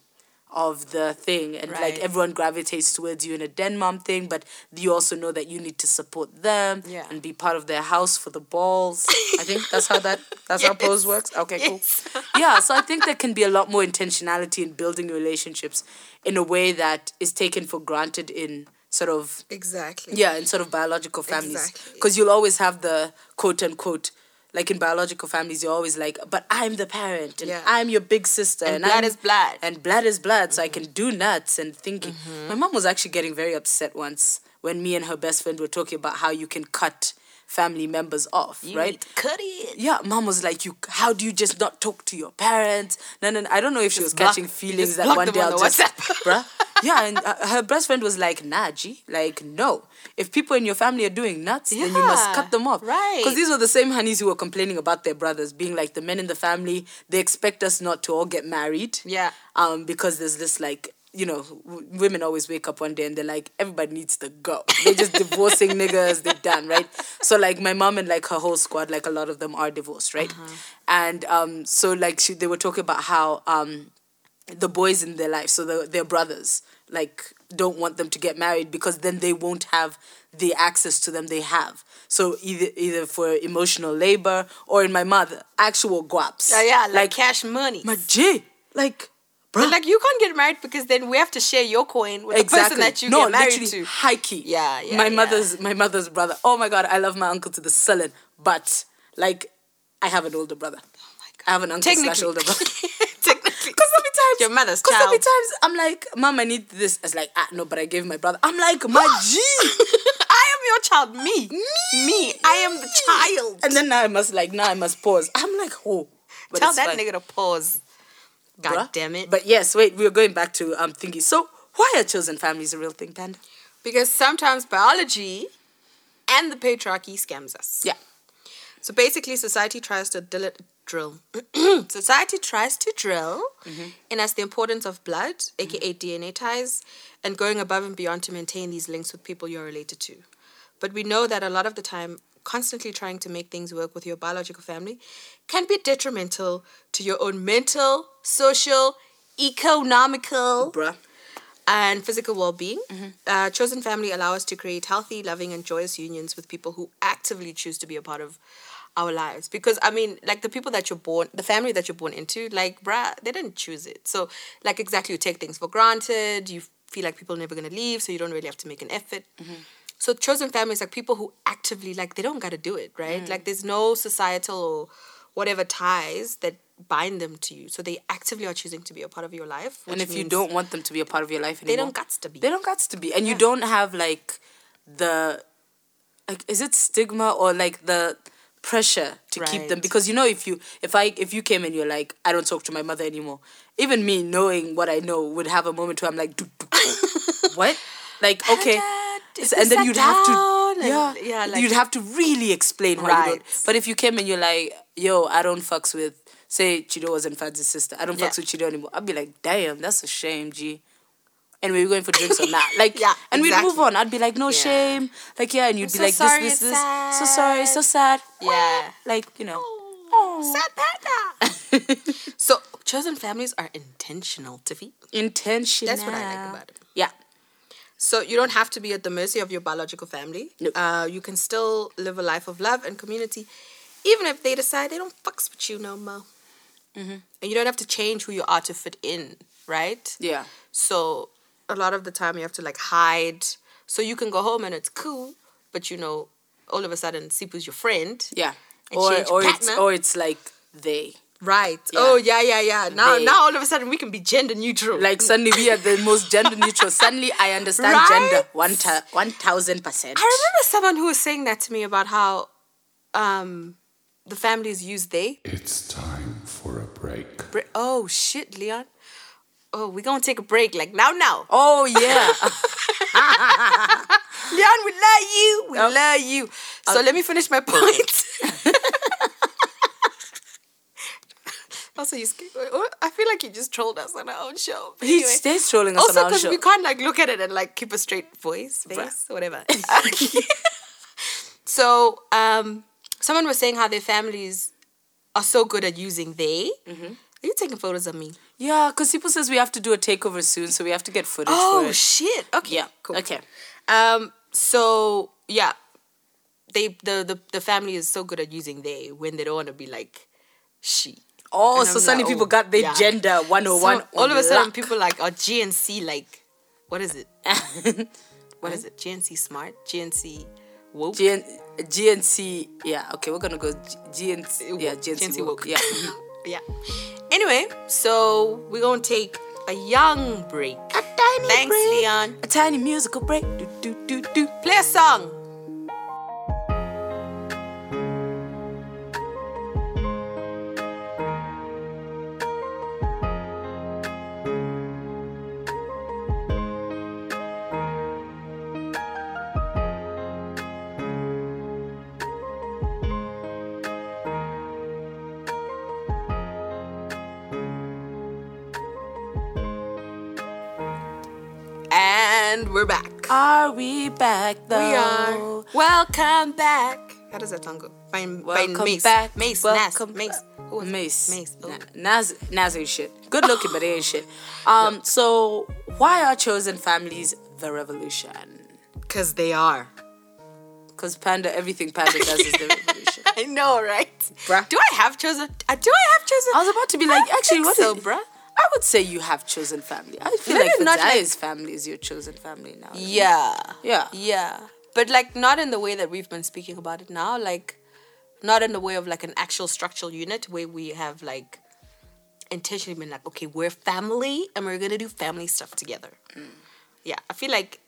Speaker 1: of the thing and like
Speaker 2: Right.
Speaker 1: everyone gravitates towards you in a den mom thing, but you also know that you need to support them
Speaker 2: Yeah.
Speaker 1: and be part of their house for the balls. I think that's how that that's
Speaker 2: [LAUGHS]
Speaker 1: how pose
Speaker 2: Yes.
Speaker 1: works. Okay,
Speaker 2: Yes.
Speaker 1: cool. yeah, so I think there can be a lot more intentionality in building relationships in a way that is taken for granted in sort of
Speaker 2: Exactly.
Speaker 1: yeah, in sort of biological families.
Speaker 2: Exactly.
Speaker 1: Because you'll always have the quote unquote like in biological families, you're always like, but I'm the parent and
Speaker 2: Yeah.
Speaker 1: I'm your big sister and,
Speaker 2: blood
Speaker 1: I'm-
Speaker 2: is blood. Mm-hmm.
Speaker 1: and blood is blood, so I can do nuts and thinking. My mom was actually getting very upset once when me and her best friend were talking about how you can cut family members off,
Speaker 2: You
Speaker 1: right?
Speaker 2: need to cut it.
Speaker 1: Yeah, mom was like, "You, how do you just not talk to your parents?" No, no, no, I don't know if she was
Speaker 2: block-
Speaker 1: catching
Speaker 2: you
Speaker 1: feelings
Speaker 2: just
Speaker 1: that
Speaker 2: block
Speaker 1: one
Speaker 2: them
Speaker 1: day
Speaker 2: on
Speaker 1: I'll
Speaker 2: the
Speaker 1: just,
Speaker 2: WhatsApp.
Speaker 1: [LAUGHS] bruh. Yeah, and uh, her best friend was like, "Nah, G, like no. If people in your family are doing nuts, then you must
Speaker 2: Yeah,
Speaker 1: cut them off,
Speaker 2: right.
Speaker 1: Because these were the same honeys who were complaining about their brothers being like the men in the family. They expect us not to all get married,
Speaker 2: Yeah.
Speaker 1: um, because there's this like." You know, w- women always wake up one day and they're like, everybody needs to go. They're just divorcing niggas. They're done, right? So like my mom and like her whole squad, like a lot of them are divorced, right? And um, so like she, they were talking about how um, the boys in their life, so the, their brothers, like don't want them to get married because then they won't have the access to them they have. So either either for emotional labor or in my mother, actual guaps.
Speaker 2: Yeah, yeah, like, cash money.
Speaker 1: my G, like
Speaker 2: But
Speaker 1: bruh.
Speaker 2: like you can't get married because then we have to share your coin with the person that you get married to.
Speaker 1: literally, High key.
Speaker 2: Yeah, yeah,
Speaker 1: My
Speaker 2: yeah.
Speaker 1: mother's my mother's brother. Oh my god, I love my uncle to the sullen, but like I have an older brother. I have an uncle slash
Speaker 2: Oh Technically.
Speaker 1: older
Speaker 2: [LAUGHS]
Speaker 1: brother.
Speaker 2: Technically.
Speaker 1: Because there'll be times
Speaker 2: Your mother's
Speaker 1: Because there'll be
Speaker 2: child.
Speaker 1: times I'm like, Mom, I need this. It's like, ah, no, but I gave my brother. I'm like,
Speaker 2: [LAUGHS]
Speaker 1: my G.
Speaker 2: I am your child. Me.
Speaker 1: Me.
Speaker 2: Me. I am the child.
Speaker 1: And then now I must like, now I must pause. I'm like, oh. But
Speaker 2: Tell
Speaker 1: it's
Speaker 2: that
Speaker 1: fine,
Speaker 2: nigga to pause. God
Speaker 1: bruh.
Speaker 2: damn it.
Speaker 1: But yes, wait, we were going back to um thingy. So why are chosen families a real thing, Panda?
Speaker 2: Because sometimes biology and the patriarchy scams us.
Speaker 1: Yeah.
Speaker 2: So basically, society tries to dil- drill. [CLEARS THROAT] society tries to drill in us the importance of blood, aka DNA ties, and going above and beyond to maintain these links with people you're related to. But we know that a lot of the time, constantly trying to make things work with your biological family can be detrimental to your own mental, social, economical,
Speaker 1: Bruh.
Speaker 2: and physical well-being.
Speaker 1: Mm-hmm.
Speaker 2: Uh, chosen family allow us to create healthy, loving, and joyous unions with people who actively choose to be a part of our lives. Because I mean, like the people that you're born, the family that you're born into, like bruh, they didn't choose it. So, like
Speaker 1: Mm-hmm.
Speaker 2: exactly, you take things for granted. You feel like people are never gonna leave, so you don't really have to make an effort. So chosen families like people who actively like they don't got to do it,
Speaker 1: Mm.
Speaker 2: right? Like there's no societal or whatever ties that bind them to you. So they actively are choosing to be a part of your life.
Speaker 1: and
Speaker 2: which
Speaker 1: if you
Speaker 2: means
Speaker 1: don't want them to be a part of your life
Speaker 2: they
Speaker 1: anymore,
Speaker 2: don't guts to be.
Speaker 1: They don't got to be, and you don't have like the like is it stigma or like the pressure to keep them
Speaker 2: Right.
Speaker 1: because you know if you if I if you came and you're like I don't talk to my mother anymore, even me knowing what I know would have a moment where I'm like, "Duk, duk, duk." what? Like okay,
Speaker 2: Dad, if
Speaker 1: So-
Speaker 2: we
Speaker 1: and then
Speaker 2: sat
Speaker 1: you'd have
Speaker 2: down
Speaker 1: to
Speaker 2: and-
Speaker 1: yeah
Speaker 2: yeah, like-
Speaker 1: you'd have to really explain why you don't.
Speaker 2: Right.
Speaker 1: But if you came and you're like, yo, I don't fucks with say Chido wasn't Fadz's sister, I don't fucks
Speaker 2: Yeah.
Speaker 1: with Chido anymore. I'd be like, damn, that's a shame, G. And we were going for drinks or
Speaker 2: [LAUGHS]
Speaker 1: not. Like
Speaker 2: Yeah,
Speaker 1: and we'd move
Speaker 2: exactly.
Speaker 1: on. I'd be like, no
Speaker 2: Yeah.
Speaker 1: shame. Like yeah, and you'd be
Speaker 2: so
Speaker 1: like
Speaker 2: sorry,
Speaker 1: this, this,
Speaker 2: it's
Speaker 1: this. So sorry, so sad.
Speaker 2: Yeah. Oh.
Speaker 1: Like, you know.
Speaker 2: Sad panda. [LAUGHS] so chosen families are intentional, Tiffy.
Speaker 1: Intentional.
Speaker 2: what I like about it.
Speaker 1: Yeah.
Speaker 2: So you don't have to be at the mercy of your biological family.
Speaker 1: No.
Speaker 2: Uh, you can still live a life of love and community, even if they decide they don't fucks with you no more. And you don't have to change who you are to fit in, right?
Speaker 1: Yeah.
Speaker 2: So a lot of the time you have to like hide. So you can go home and it's cool, but you know, all of a sudden Sipu's your friend.
Speaker 1: Yeah.
Speaker 2: And
Speaker 1: Or
Speaker 2: change
Speaker 1: or it's
Speaker 2: partner.
Speaker 1: or it's like they.
Speaker 2: Right. Oh yeah, yeah, yeah. Now
Speaker 1: They-
Speaker 2: now all of a sudden we can be gender neutral.
Speaker 1: Like suddenly we are the most gender neutral. Suddenly I understand
Speaker 2: Right?
Speaker 1: gender one ta- one thousand percent.
Speaker 2: I remember someone who was saying that to me about how um the families use they.
Speaker 4: It's time for a break.
Speaker 2: Bre- oh shit, Leon. Oh, we're gonna take a break. Like now now.
Speaker 1: Oh
Speaker 2: [LAUGHS]
Speaker 1: yeah.
Speaker 2: Leon, we love you.
Speaker 1: Oh.
Speaker 2: We love you. So let me finish my point. [LAUGHS] also, you scared. I feel like you just trolled us on our own show. But
Speaker 1: he
Speaker 2: anyway.
Speaker 1: stays trolling us
Speaker 2: also
Speaker 1: on our
Speaker 2: because
Speaker 1: show.
Speaker 2: we can't like look at it and like keep a straight voice, face,
Speaker 1: [LAUGHS]
Speaker 2: whatever. so um, someone was saying how their families are so good at using they.
Speaker 1: Mm-hmm.
Speaker 2: Are you taking photos of me?
Speaker 1: yeah, because people says we have to do a takeover soon, so we have to get footage for
Speaker 2: Oh
Speaker 1: it.
Speaker 2: shit! Okay,
Speaker 1: yeah.
Speaker 2: cool.
Speaker 1: Okay.
Speaker 2: Um, so yeah, they the, the the family is so good at using they when they don't want to be like she.
Speaker 1: Oh,
Speaker 2: And
Speaker 1: so
Speaker 2: I'm
Speaker 1: suddenly
Speaker 2: like,
Speaker 1: people
Speaker 2: oh,
Speaker 1: got their
Speaker 2: yeah.
Speaker 1: gender one
Speaker 2: So
Speaker 1: hundred one.
Speaker 2: all of a sudden, people like oh, are GNC like, what is it?
Speaker 1: [LAUGHS] people.
Speaker 2: What is it? GNC smart, GNC woke.
Speaker 1: GN, GNC. Yeah. Okay, we're gonna go G- GNC. Yeah, GNC, woke. Yeah.
Speaker 2: [LAUGHS] yeah. Anyway, so we're gonna take a young break.
Speaker 1: a tiny
Speaker 2: Thanks,
Speaker 1: break.
Speaker 2: Leon.
Speaker 1: A tiny musical break. Do do do do.
Speaker 2: Play a song. And we're back.
Speaker 1: Are we back though?
Speaker 2: We are. Welcome back. How does that song go? By, by
Speaker 1: Welcome
Speaker 2: Mace.
Speaker 1: back.
Speaker 2: Mace.
Speaker 1: Welcome
Speaker 2: Nas. Mace.
Speaker 1: back.
Speaker 2: Who was it?
Speaker 1: Mace.
Speaker 2: Mace. Oh.
Speaker 1: Na- Nas, Nas ain't shit.
Speaker 2: [LAUGHS]
Speaker 1: Good looking, but they ain't shit. Um, so why are chosen families the revolution?
Speaker 2: Because they are.
Speaker 1: Because Panda, everything Panda does is the revolution.
Speaker 2: [LAUGHS] I know, right?
Speaker 1: Bruh.
Speaker 2: Do I have chosen? uh, Do I have chosen?
Speaker 1: I was about to be like,
Speaker 2: don't
Speaker 1: actually,
Speaker 2: think
Speaker 1: what
Speaker 2: so,
Speaker 1: is-
Speaker 2: bruh?
Speaker 1: I would say you have chosen family. I feel
Speaker 2: Maybe
Speaker 1: like
Speaker 2: not
Speaker 1: Fadaya's family is your chosen family now.
Speaker 2: Yeah.
Speaker 1: Yeah.
Speaker 2: Yeah. But like not in the way that we've been speaking about it now, like not in the way of like an actual structural unit where we have like intentionally been like, okay, we're family and we're gonna do family stuff together. Yeah. I feel like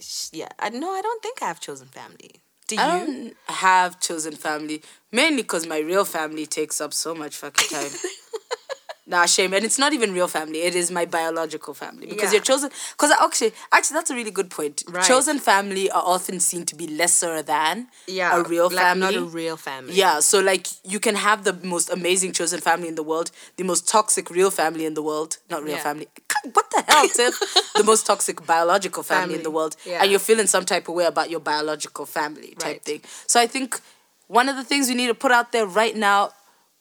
Speaker 2: sh- yeah. I no, I don't think I have chosen family. Do you? [LAUGHS]
Speaker 1: I don't have chosen family mainly because my real family takes up so much fucking time.
Speaker 2: [LAUGHS]
Speaker 1: nah, shame, and it's not even real family. It is my biological family because
Speaker 2: Yeah.
Speaker 1: your chosen. Because actually, actually, that's a really good point.
Speaker 2: Right.
Speaker 1: Chosen family are often seen to be lesser than
Speaker 2: yeah.
Speaker 1: a real
Speaker 2: like,
Speaker 1: family.
Speaker 2: Not a real family.
Speaker 1: yeah, so like you can have the most amazing chosen family in the world, the most toxic real family in the world, not real
Speaker 2: Yeah.
Speaker 1: family. [LAUGHS] What the hell,
Speaker 2: [LAUGHS]
Speaker 1: Tiff? the most toxic biological family, in
Speaker 2: Family,
Speaker 1: the world,
Speaker 2: yeah.
Speaker 1: and you're feeling some type of way about your biological family type
Speaker 2: Right.
Speaker 1: thing. So I think one of the things we need to put out there right now,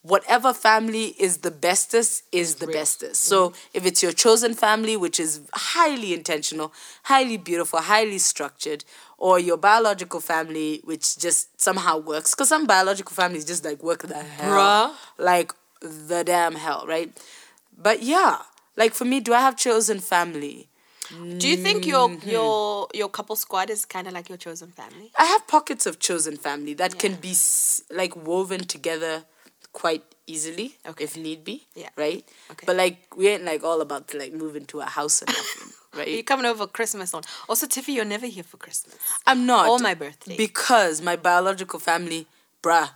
Speaker 1: whatever family is the bestest is the bestest. So
Speaker 2: Mm-hmm.
Speaker 1: if it's your chosen family, which is highly intentional, highly beautiful, highly structured, or your biological family, which just somehow works, because some biological families just like work the hell,
Speaker 2: Bruh.
Speaker 1: like the damn hell, right? But yeah, like for me, do I have chosen family?
Speaker 2: Do you think your
Speaker 1: Mm-hmm.
Speaker 2: your your couple squad is kind of like your chosen family?
Speaker 1: I have pockets of chosen family that can be s- like woven together quite easily if need be.
Speaker 2: Yeah.
Speaker 1: Right.
Speaker 2: Okay.
Speaker 1: But like we ain't like all about to like move into a house or nothing.
Speaker 2: [LAUGHS] Are you
Speaker 1: right.
Speaker 2: coming over Christmas on? Also, Tiffy, you're never here for Christmas.
Speaker 1: I'm not.
Speaker 2: Or my birthday.
Speaker 1: Because my biological family,
Speaker 2: [LAUGHS]
Speaker 1: bruh,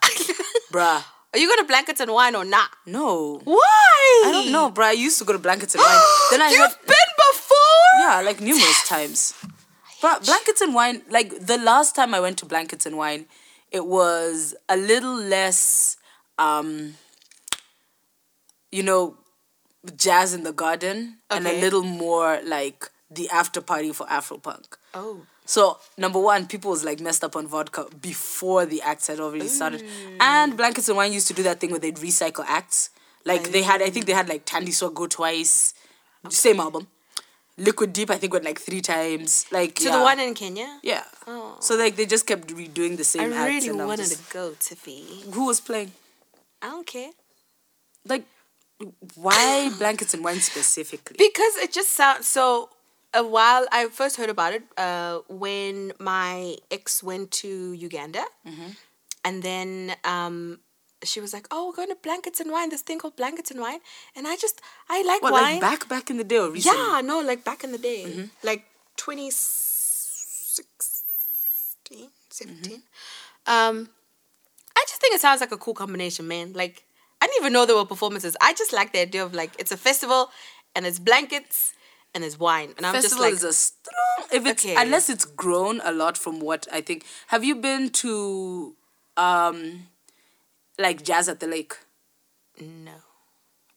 Speaker 1: bruh.
Speaker 2: Are you going to blankets and wine or not?
Speaker 1: No.
Speaker 2: Why?
Speaker 1: I
Speaker 2: [GASPS]
Speaker 1: don't know, bruh. I used to go to blankets and wine. then I
Speaker 2: You've
Speaker 1: had
Speaker 2: been before.
Speaker 1: yeah, like numerous times. But blankets and wine, like the last time I went to blankets and wine, it was a little less, um, you know, jazz in the garden, and a
Speaker 2: Okay.
Speaker 1: little more like the after party for Afropunk.
Speaker 2: Oh,
Speaker 1: So number one, people was like messed up on vodka before the acts had already started,
Speaker 2: Mm.
Speaker 1: and Blankets and Wine used to do that thing where they'd recycle acts. Like they had, I think they had like Tandy Swag go twice, same album. Liquid Deep, I think went like three times. Like
Speaker 2: to
Speaker 1: yeah.
Speaker 2: the one in Kenya.
Speaker 1: yeah. So like they just kept redoing the
Speaker 2: I
Speaker 1: same acts.
Speaker 2: really
Speaker 1: and I'm
Speaker 2: wanted
Speaker 1: just-
Speaker 2: to go, Tiffy.
Speaker 1: Who was playing?
Speaker 2: I don't care.
Speaker 1: Like, why Blankets and Wine specifically?
Speaker 2: Because it just sounds so. A while I first heard about it, uh, when my ex went to Uganda, and then um, she was like, "Oh, we're going to blankets and wine. This thing called blankets and wine." And I just I like
Speaker 1: What
Speaker 2: wine.
Speaker 1: like back back in the day or recently?
Speaker 2: yeah, no, like back in the day,
Speaker 1: Mm-hmm.
Speaker 2: like 2016, 17. Um, I just think it sounds like a cool combination, man. Like, I didn't even know there were performances. I just like the idea of like it's a festival and it's blankets and it's wine. And I'm
Speaker 1: festival
Speaker 2: just
Speaker 1: is
Speaker 2: like,
Speaker 1: a strong if it's
Speaker 2: Okay.
Speaker 1: unless it's grown a lot from what I think. Have you been to um like jazz at the lake?
Speaker 2: no.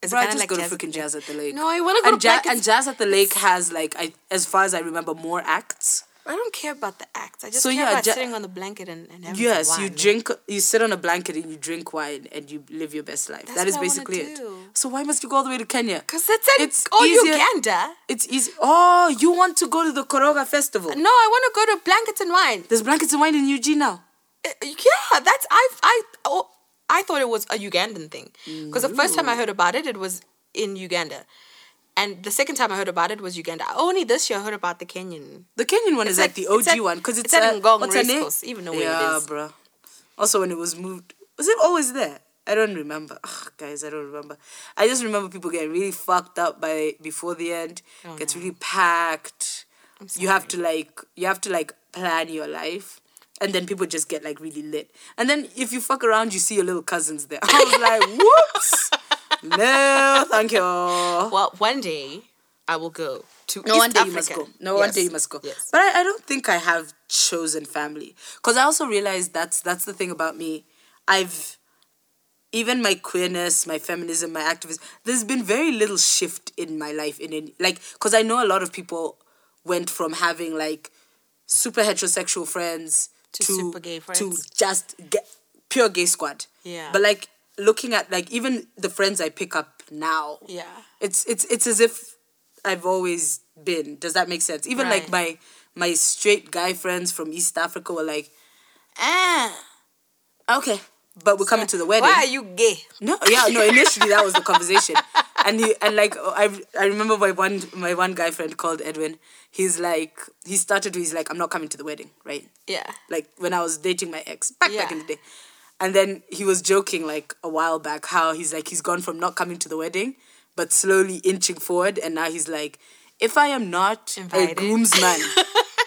Speaker 2: Is
Speaker 1: Bro, I
Speaker 2: kinda
Speaker 1: just go to
Speaker 2: jazz at
Speaker 1: freaking
Speaker 2: the-
Speaker 1: jazz at the lake.
Speaker 2: No, I wanna go
Speaker 1: and
Speaker 2: to
Speaker 1: jazz.
Speaker 2: blankets.
Speaker 1: And jazz at the lake has like I as far as I remember more acts.
Speaker 2: I don't care about the act. I just
Speaker 1: So,
Speaker 2: care
Speaker 1: yeah,
Speaker 2: about
Speaker 1: ja-
Speaker 2: sitting on the blanket and, and having some
Speaker 1: Yes, you
Speaker 2: wine.
Speaker 1: drink, you sit on a blanket and you drink wine and you live your best life.
Speaker 2: That's
Speaker 1: That is
Speaker 2: what I wanna
Speaker 1: basically it.
Speaker 2: do.
Speaker 1: So why must you go all the way to Kenya?
Speaker 2: Cause that's in
Speaker 1: It's
Speaker 2: all
Speaker 1: easier-
Speaker 2: Uganda.
Speaker 1: It's easy. Oh, you want to go to the Koroga festival?
Speaker 2: No, I want to go to blankets and wine.
Speaker 1: There's blankets and wine in Eugene now.
Speaker 2: Uh, yeah that's i i oh, i thought it was a ugandan thing because the first time i heard about it it was in uganda and the second time i heard about it was uganda Oh, only this year i heard about the kenyan
Speaker 1: The Kenyan one
Speaker 2: It's
Speaker 1: is like,
Speaker 2: at-
Speaker 1: the
Speaker 2: it's
Speaker 1: OG
Speaker 2: at-
Speaker 1: one because it's,
Speaker 2: it's at
Speaker 1: uh,
Speaker 2: Ngong
Speaker 1: what's her name?
Speaker 2: Racecourse, even though where it
Speaker 1: yeah,
Speaker 2: is.
Speaker 1: bruh. Also, when it was moved, was it always there? I don't remember, Ugh, guys. I don't remember. I just remember people getting really fucked up by before the end.
Speaker 2: Oh,
Speaker 1: gets really packed. You have to like, you have to like plan your life, and then people just get like really lit. And then if you fuck around, you see your little cousins there. [LAUGHS] I was like,
Speaker 2: [LAUGHS]
Speaker 1: whoops. No, thank you.
Speaker 2: well one day i will go to
Speaker 1: Oh. No
Speaker 2: East
Speaker 1: one day
Speaker 2: Africa.
Speaker 1: you must go. No one
Speaker 2: Yes.
Speaker 1: day you must go.
Speaker 2: yes
Speaker 1: But I, I don't think I have chosen family. Cause I also realized that's that's the thing about me. I've even my queerness, my feminism, my activism, there's been very little shift in my life in any like because I know a lot of people went from having like super heterosexual friends
Speaker 2: To super gay
Speaker 1: to
Speaker 2: friends.
Speaker 1: just get pure gay squad.
Speaker 2: Yeah.
Speaker 1: But like looking at like even the friends I pick up now
Speaker 2: yeah
Speaker 1: it's it's it's as if I've always been. Does that make sense? Even like my my straight guy friends from East Africa were like, ah, okay, but we're coming to the wedding.
Speaker 2: why are you gay
Speaker 1: No, yeah, no. Initially, that was the conversation, and he and like I, I remember my one my one guy friend called Edwin. He's like he started. He's like I'm not coming to the wedding, right?
Speaker 2: yeah
Speaker 1: Like when I was dating my ex back
Speaker 2: Yeah.
Speaker 1: back in the day, and then he was joking like a while back how he's like he's gone from not coming to the wedding, but slowly inching forward, and now he's like, if I am not a
Speaker 2: Invited.
Speaker 1: groomsman,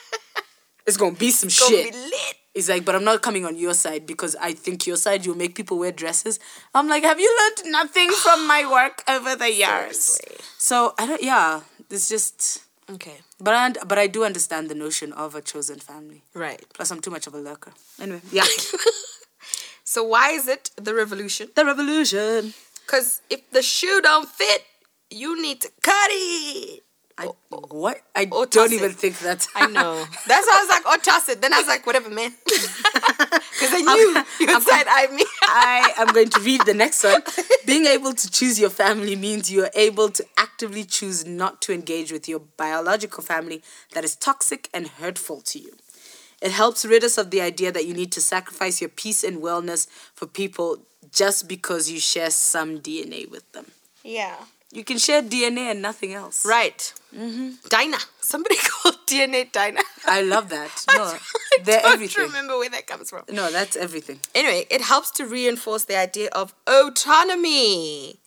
Speaker 2: [LAUGHS]
Speaker 1: it's gonna be some
Speaker 2: Gonna
Speaker 1: shit.
Speaker 2: be lit.
Speaker 1: He's like, but I'm not coming on your side because I think your side you'll make people wear dresses. I'm like, have you learned nothing from
Speaker 2: [SIGHS]
Speaker 1: my work over the years?
Speaker 2: Seriously.
Speaker 1: So I don't. Yeah, it's just.
Speaker 2: okay
Speaker 1: But I, und- but I do understand the notion of a chosen family.
Speaker 2: right
Speaker 1: Plus, I'm too much of a lurker. Anyway,
Speaker 2: [LAUGHS]
Speaker 1: yeah,
Speaker 2: so why is it the revolution
Speaker 1: the revolution.
Speaker 2: because if the shoe don't fit you need to cut it
Speaker 1: I what? I
Speaker 2: or
Speaker 1: don't
Speaker 2: toss
Speaker 1: even
Speaker 2: it.
Speaker 1: think that.
Speaker 2: I
Speaker 1: [LAUGHS]
Speaker 2: know. [LAUGHS] That's why I was like, oh, toss it. Then I was like, whatever, man. [LAUGHS] Because I
Speaker 1: [LAUGHS]
Speaker 2: knew you would side eye me.
Speaker 1: I am going to read the next one. Being able to choose your family means you are able to actively choose not to engage with your biological family that is toxic and hurtful to you. It helps rid us of the idea that you need to sacrifice your peace and wellness for people just because you share some DNA with them.
Speaker 2: yeah.
Speaker 1: You can share DNA and nothing else.
Speaker 2: Right. Dinah. Somebody [LAUGHS] called DNA Dinah.
Speaker 1: Mm-hmm. [LAUGHS] I
Speaker 2: [LAUGHS]
Speaker 1: love that.
Speaker 2: I
Speaker 1: No,
Speaker 2: really
Speaker 1: they're
Speaker 2: don't
Speaker 1: everything.
Speaker 2: remember where that comes from.
Speaker 1: No, that's everything.
Speaker 2: Anyway, it helps to reinforce the idea of autonomy.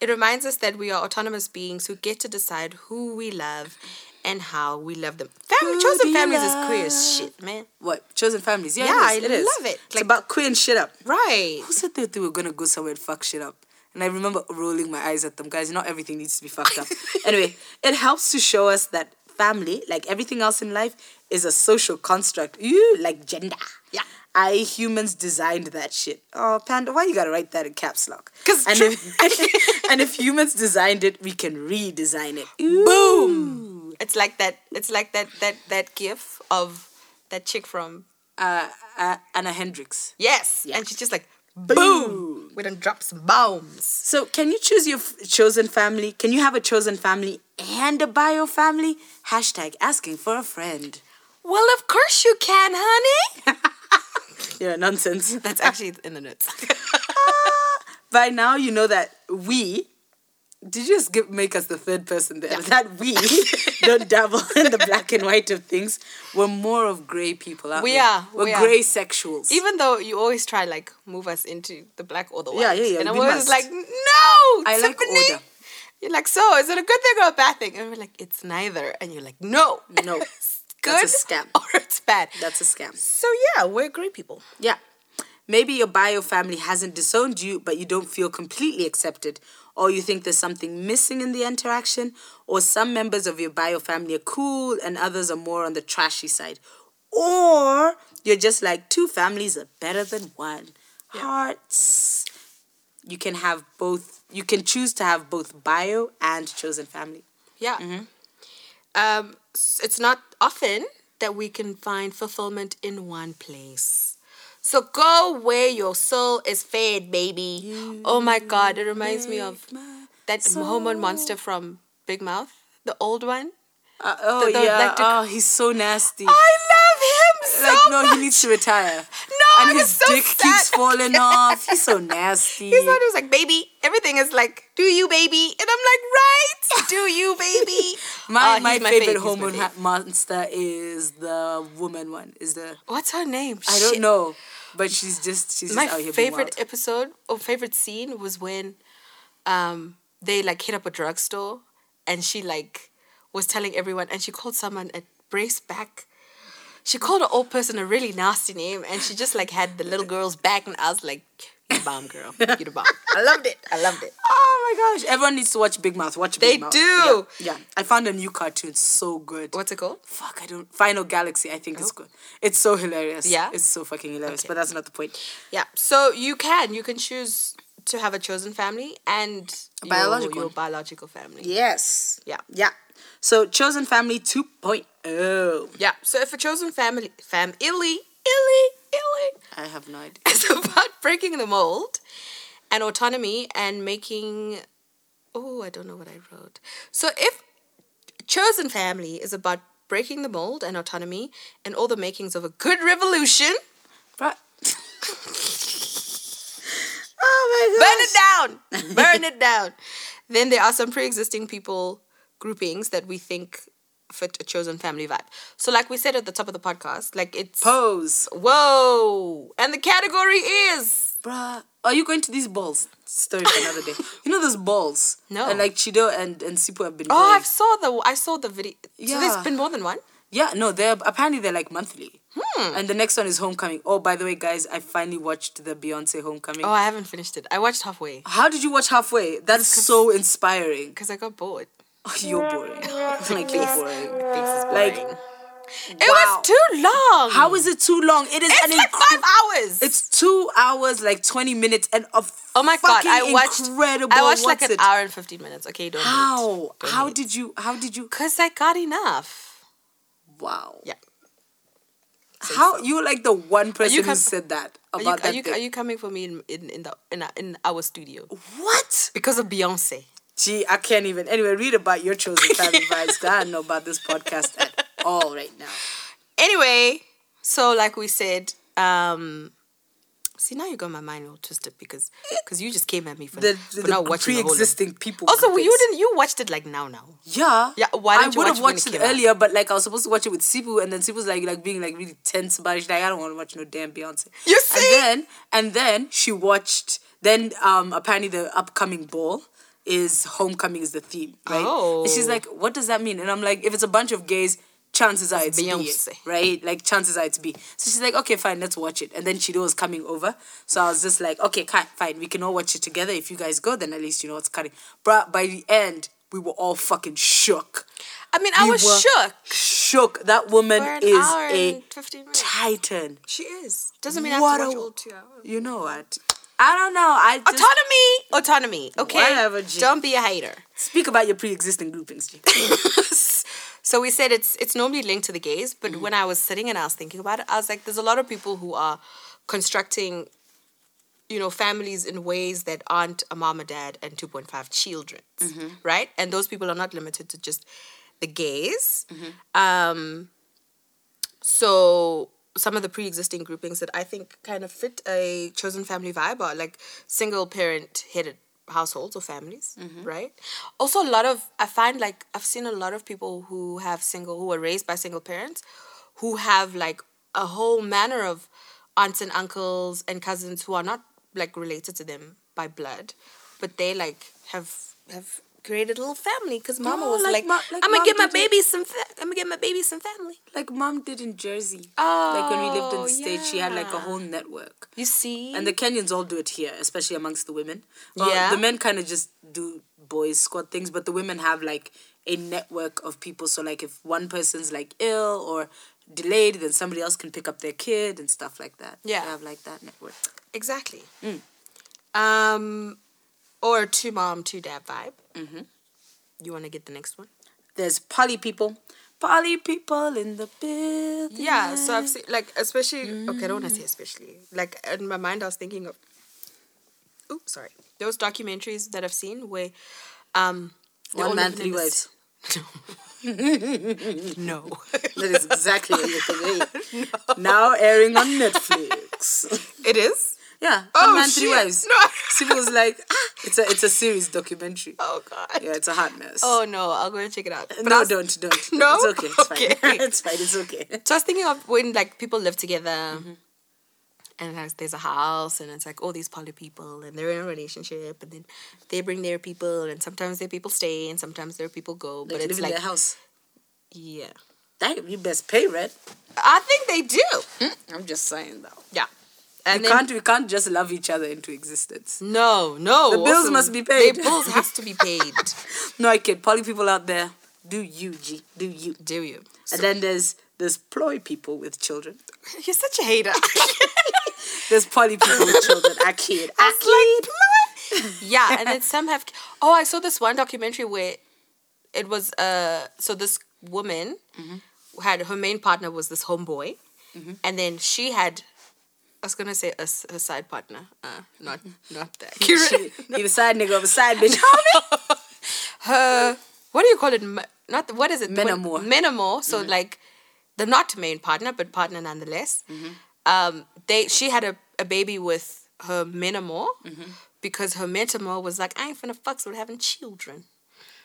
Speaker 2: It reminds us that we are autonomous beings who get to decide who we love and how we love them. Family,
Speaker 1: Who do
Speaker 2: chosen
Speaker 1: you
Speaker 2: families is queer as shit, man.
Speaker 1: What? Chosen families. Yeah,
Speaker 2: Yeah,
Speaker 1: it
Speaker 2: I
Speaker 1: is. it is.
Speaker 2: love it.
Speaker 1: It's
Speaker 2: Like-
Speaker 1: about queering shit up.
Speaker 2: Right.
Speaker 1: Who said that they were gonna go somewhere and fuck shit up? And I remember rolling my eyes at them, guys. Not everything needs to be fucked
Speaker 2: [LAUGHS]
Speaker 1: up. anyway, it helps to show us that family, like everything else in life, is a social construct. You like gender.
Speaker 2: Yeah.
Speaker 1: I humans designed that shit. Oh, Panda, why you gotta write that in caps lock?
Speaker 2: 'Cause
Speaker 1: and
Speaker 2: true-
Speaker 1: if, [LAUGHS] and if humans designed it, we can redesign it. Boom.
Speaker 2: It's like that it's like that that that gif of that chick from
Speaker 1: Uh, uh, Anna Hendricks.
Speaker 2: Yes.
Speaker 1: Yeah.
Speaker 2: And she's just like boom with them drops bombs.
Speaker 1: So, can you choose your f- chosen family? Can you have a chosen family and a bio family? Hashtag asking for a friend.
Speaker 2: Well of course you can,
Speaker 1: [LAUGHS]
Speaker 2: honey.
Speaker 1: Yeah, nonsense.
Speaker 2: [LAUGHS] That's actually in the notes.
Speaker 1: By now, you know that we. Did you just give, make us the third person there? That
Speaker 2: [LAUGHS]
Speaker 1: we don't dabble in the black and white of things. We're more of grey people, aren't we?
Speaker 2: We are,
Speaker 1: We're
Speaker 2: we are.
Speaker 1: grey sexuals.
Speaker 2: [LAUGHS] Even though you always try like move us into the black or the white.
Speaker 1: Yeah, yeah, yeah,
Speaker 2: And I'm
Speaker 1: we
Speaker 2: always
Speaker 1: must.
Speaker 2: like, no,
Speaker 1: I like
Speaker 2: Tiffany."
Speaker 1: order.
Speaker 2: You're like, so is it a good thing or a bad thing? And we're like, it's neither. And you're like, no.
Speaker 1: No.
Speaker 2: it's [LAUGHS] good
Speaker 1: That's a scam.
Speaker 2: [LAUGHS] or it's bad.
Speaker 1: That's a scam.
Speaker 2: so yeah, we're great people.
Speaker 1: Yeah. Maybe your bio family hasn't disowned you, but you don't feel completely accepted, or you think there's something missing in the interaction, or some members of your bio family are cool and others are more on the trashy side. Or you're just like, two families are better than one. Hearts. You can have both, you can choose to have both bio and chosen family.
Speaker 2: Yeah.
Speaker 1: Mm-hmm.
Speaker 2: Um, s- it's not often that we can find fulfillment in one place. So go where your soul is fed, baby. oh my God, it reminds me of that hormone monster from Big Mouth, the old one.
Speaker 1: Uh, oh,
Speaker 2: The- the-
Speaker 1: yeah.
Speaker 2: like the-
Speaker 1: oh, he's so nasty.
Speaker 2: I love him so
Speaker 1: like no,
Speaker 2: much.
Speaker 1: he needs to retire.
Speaker 2: No,
Speaker 1: and
Speaker 2: I'm
Speaker 1: his
Speaker 2: so
Speaker 1: dick keeps
Speaker 2: sad. [LAUGHS]
Speaker 1: falling off. He's so nasty.
Speaker 2: He's not. He was like, baby, everything is like, do you, baby? And I'm like, right, do you, baby?
Speaker 1: my
Speaker 2: Uh,
Speaker 1: [LAUGHS] my
Speaker 2: he's
Speaker 1: favorite
Speaker 2: fave, he's my
Speaker 1: hormone
Speaker 2: fave.
Speaker 1: ha- monster is the woman one. Is the
Speaker 2: What's her name?
Speaker 1: I don't
Speaker 2: Shit.
Speaker 1: know, but she's just she's
Speaker 2: my
Speaker 1: just out here being
Speaker 2: favorite episode or favorite scene was when um they like hit up a drugstore and she like was telling everyone and she called someone a brace back she called an old person a really nasty name and she just like had the little girl's back and i was like you the bomb girl you the bomb [LAUGHS] i loved it i loved it
Speaker 1: wild. Oh my gosh! Everyone needs to watch Big Mouth. Watch
Speaker 2: They
Speaker 1: Big Mouth.
Speaker 2: do.
Speaker 1: Yeah, yeah. I found a new cartoon so good.
Speaker 2: what's it called
Speaker 1: Fuck, I don't. Final Galaxy, I think is good. It's so hilarious.
Speaker 2: Yeah?
Speaker 1: It's so fucking hilarious,
Speaker 2: Okay.
Speaker 1: but that's not the point.
Speaker 2: yeah so you can you can choose to have a chosen family and your-
Speaker 1: biological
Speaker 2: your,
Speaker 1: one.
Speaker 2: biological family
Speaker 1: Yes.
Speaker 2: Yeah.
Speaker 1: Yeah. So, Chosen Family oh. 2.0.
Speaker 2: yeah so if a chosen family fam illy illy illy
Speaker 1: I have no idea.
Speaker 2: [LAUGHS] It's about breaking the mold and autonomy and making. Oh, I don't know what I wrote. So, if Chosen Family is about breaking the mold and autonomy and all the makings of a good revolution,
Speaker 1: [LAUGHS] Right. oh my
Speaker 2: burn it [LAUGHS] down! Burn it down! Then there are some pre existing people groupings that we think fit a Chosen Family vibe. So, like we said at the top of the podcast, like it's.
Speaker 1: Pose.
Speaker 2: Whoa! And the category is.
Speaker 1: Bruh. Are you going to these balls? Story for another day. You know those balls?
Speaker 2: No.
Speaker 1: And like Chido and, and Sipu have been
Speaker 2: Oh,
Speaker 1: going.
Speaker 2: I saw the I saw the video. So
Speaker 1: Yeah.
Speaker 2: there's been more than one.
Speaker 1: Yeah, no, they're apparently they're like monthly.
Speaker 2: Hmm.
Speaker 1: And the next one is Homecoming. Oh, by the way, guys, I finally watched the Beyonce Homecoming.
Speaker 2: Oh, I haven't finished it. I watched halfway
Speaker 1: How did you watch halfway? That's so inspiring. [LAUGHS]
Speaker 2: because I got bored.
Speaker 1: Oh, you're boring. [LAUGHS] like you're boring.
Speaker 2: Like
Speaker 1: Uh, Like
Speaker 2: it
Speaker 1: wow.
Speaker 2: was too long.
Speaker 1: how is it too long? It is
Speaker 2: it's
Speaker 1: an
Speaker 2: like
Speaker 1: incre-
Speaker 2: five hours.
Speaker 1: It's two hours, like twenty minutes, and of
Speaker 2: oh my god!
Speaker 1: fucking
Speaker 2: I watched.
Speaker 1: incredible.
Speaker 2: I watched like
Speaker 1: what's
Speaker 2: an
Speaker 1: it?
Speaker 2: hour and fifteen minutes. Okay, don't.
Speaker 1: How? How did you? How did you?
Speaker 2: Because I got enough.
Speaker 1: Wow.
Speaker 2: Yeah.
Speaker 1: How you were like the one person who
Speaker 2: com-
Speaker 1: said that
Speaker 2: Are you,
Speaker 1: about
Speaker 2: are,
Speaker 1: that
Speaker 2: you,
Speaker 1: thing?
Speaker 2: are you coming for me in in in, the, in, our- in our studio
Speaker 1: what?
Speaker 2: because of Beyonce?
Speaker 1: Gee, I can't even. Anyway, read about
Speaker 2: [LAUGHS]
Speaker 1: your chosen family vibes. 'cause I don't know about this podcast at all right now.
Speaker 2: Anyway, so like we said, um, See, now you got my mind all twisted because because you just came at me for,
Speaker 1: The,
Speaker 2: for
Speaker 1: the,
Speaker 2: not
Speaker 1: the
Speaker 2: watching the whole of-
Speaker 1: pre-existing people.
Speaker 2: Also,
Speaker 1: group
Speaker 2: you
Speaker 1: is-
Speaker 2: didn't. You watched it like now, now.
Speaker 1: Yeah.
Speaker 2: Yeah, why
Speaker 1: I
Speaker 2: didn't you
Speaker 1: would have
Speaker 2: watch it
Speaker 1: watched
Speaker 2: when
Speaker 1: it
Speaker 2: it came out?
Speaker 1: earlier, but like I was supposed to watch it with Sibu, and then Sibu's like like being like really tense about it. She's Like I don't want to watch no damn Beyonce.
Speaker 2: You see?
Speaker 1: And then and then she watched. Then um apparently the upcoming ball is homecoming is the theme, right? And she's
Speaker 2: Oh.
Speaker 1: like, what does that mean? And I'm like, if it's a bunch of gays. Chances are it's
Speaker 2: Beyonce.
Speaker 1: B, right? Like chances are it's B. So she's like, okay, fine, let's watch it. And then Chido was coming over, so I was just like, okay, ki- fine, we can all watch it together. If you guys go, then at least you know what's cutting. But by the end, we were all fucking shook.
Speaker 2: I mean, I
Speaker 1: We
Speaker 2: was
Speaker 1: were
Speaker 2: shook.
Speaker 1: Shook. That woman
Speaker 2: For an
Speaker 1: is
Speaker 2: hour
Speaker 1: a
Speaker 2: and 15 minutes.
Speaker 1: titan.
Speaker 2: She is. Doesn't mean I
Speaker 1: What
Speaker 2: have to watch
Speaker 1: a-
Speaker 2: all two hours.
Speaker 1: You know what? I don't know. I just
Speaker 2: Autonomy, autonomy. Okay,
Speaker 1: Whatever, G.
Speaker 2: don't be a [LAUGHS] hater.
Speaker 1: speak about your pre-existing groupings. G.
Speaker 2: so we said it's it's normally linked to the gays, but when I was sitting and I was thinking about it, I was like, there's a lot of people who are constructing, you know, families in ways that aren't a mom, a dad, and 2.5 children, right? And those people are not limited to just the gays. Um, so some of the pre-existing groupings that I think kind of fit a chosen family vibe are like single parent headed households or families,
Speaker 1: Mm-hmm.
Speaker 2: right? Also a lot of I find like I've seen a lot of people who have single who are raised by single parents who have like a whole manner of aunts and uncles and cousins who are not like related to them by blood, but they like have have created a little family because mama
Speaker 1: Oh,
Speaker 2: was
Speaker 1: like
Speaker 2: like,
Speaker 1: ma- like
Speaker 2: I'm gonna
Speaker 1: mom
Speaker 2: get my
Speaker 1: did it."
Speaker 2: baby some fa- I'm gonna get my baby some family.
Speaker 1: like mom did in Jersey.
Speaker 2: Oh,
Speaker 1: like when we lived in the states, she had like a
Speaker 2: yeah.
Speaker 1: whole network.
Speaker 2: You see,
Speaker 1: And the Kenyans all do it here, especially amongst the women. Well,
Speaker 2: Yeah.
Speaker 1: The men kind of just do boys squad things, but the women have like a network of people. So like if one person's like ill or delayed, then somebody else can pick up their kid and stuff like that.
Speaker 2: Yeah.
Speaker 1: They have like that network.
Speaker 2: exactly. Um, or two mom, two dad vibe. Mm-hmm. You want to get the next one?
Speaker 1: There's poly people. Poly people in the building.
Speaker 2: Yeah. So I've seen like especially. Okay, I don't want to say especially. Like in my mind, I was thinking of. Oops, sorry. Those documentaries that I've seen where, um, they
Speaker 1: One
Speaker 2: all
Speaker 1: man,
Speaker 2: live in
Speaker 1: three
Speaker 2: the
Speaker 1: wives.
Speaker 2: s- [LAUGHS] No.
Speaker 1: That is exactly what you're thinking. Now airing on
Speaker 2: [LAUGHS] [LAUGHS]
Speaker 1: Netflix.
Speaker 2: it is.
Speaker 1: yeah. One
Speaker 2: Oh,
Speaker 1: man, three
Speaker 2: shit.
Speaker 1: wives.
Speaker 2: No. [LAUGHS]
Speaker 1: Sibu was like, ah, it's a it's a series documentary.
Speaker 2: Oh God.
Speaker 1: Yeah, it's a hot mess.
Speaker 2: Oh no, I'll go and check it out. But I
Speaker 1: no,
Speaker 2: was-
Speaker 1: don't, [LAUGHS] don't.
Speaker 2: No?
Speaker 1: It's okay. It's fine.
Speaker 2: Okay.
Speaker 1: [LAUGHS] it's fine. It's [LAUGHS] okay.
Speaker 2: So I was thinking of when like people live together,
Speaker 1: Mm-hmm.
Speaker 2: and there's, there's a house, and it's like all these poly people, and they're in a relationship, and then they bring their people, and sometimes their people stay, and sometimes their people go, but it's
Speaker 1: Like, live in
Speaker 2: like
Speaker 1: their house.
Speaker 2: yeah,
Speaker 1: Damn, you best pay rent.
Speaker 2: I think they do,
Speaker 1: I'm just saying though.
Speaker 2: yeah, and
Speaker 1: we
Speaker 2: then
Speaker 1: can't we can't just love each other into existence.
Speaker 2: no, no,
Speaker 1: The bills
Speaker 2: also,
Speaker 1: must be paid.
Speaker 2: The bills has to
Speaker 1: [LAUGHS]
Speaker 2: be paid.
Speaker 1: No, I kid. Poly people out there, do you, G? Do you?
Speaker 2: do you?
Speaker 1: And then there's there's ploy people with children.
Speaker 2: You're such a [LAUGHS] hater.
Speaker 1: There's poly people with children. I kid. I [LAUGHS] kid.
Speaker 2: yeah, and then some have. Oh, I saw this one documentary where it was uh. So this woman had her main partner was this homeboy, and then she had. I was gonna say a, s- a side partner, uh, not not that. accurate.
Speaker 1: You a side nigga of a side [LAUGHS] bitch.
Speaker 2: her what do you call it? M- Not the- what is it?
Speaker 1: Menamor.
Speaker 2: When- Menamor. So like, the not main partner, but partner nonetheless. Um, they she had a, a baby with her menamor because her menamor was like, I ain't finna fucks with having children.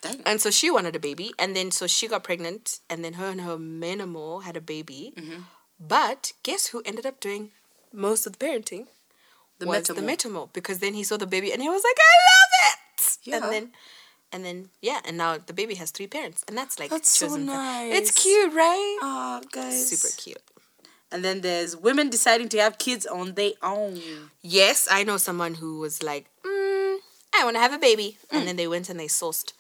Speaker 1: Damn.
Speaker 2: And so she wanted a baby, and then so she got pregnant, and then her and her menamor had a baby.
Speaker 1: Mm-hmm.
Speaker 2: But guess who ended up doing most of the parenting?
Speaker 1: The
Speaker 2: was the
Speaker 1: metamor.
Speaker 2: metamo because then he saw the baby and he was like, I love it.
Speaker 1: Yeah.
Speaker 2: And then, and then yeah, and now the baby has three parents, and that's like
Speaker 1: That's so
Speaker 2: fam-
Speaker 1: nice.
Speaker 2: It's cute, right?
Speaker 1: Ah, guys.
Speaker 2: Super cute.
Speaker 1: And then there's women deciding to have kids on their own.
Speaker 2: Yes, I know someone who was like, mm, I want to have a baby,
Speaker 1: Mm.
Speaker 2: and then they went and they sourced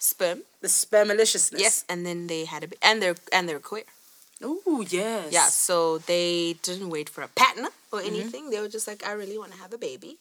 Speaker 2: sperm.
Speaker 1: The spare maliciousness.
Speaker 2: Yes, and then they had a ba- and they're and they're queer.
Speaker 1: Oh yes. Mm-hmm.
Speaker 2: Yeah, so they didn't wait for a partner or anything. They were just like, I really want to have a baby,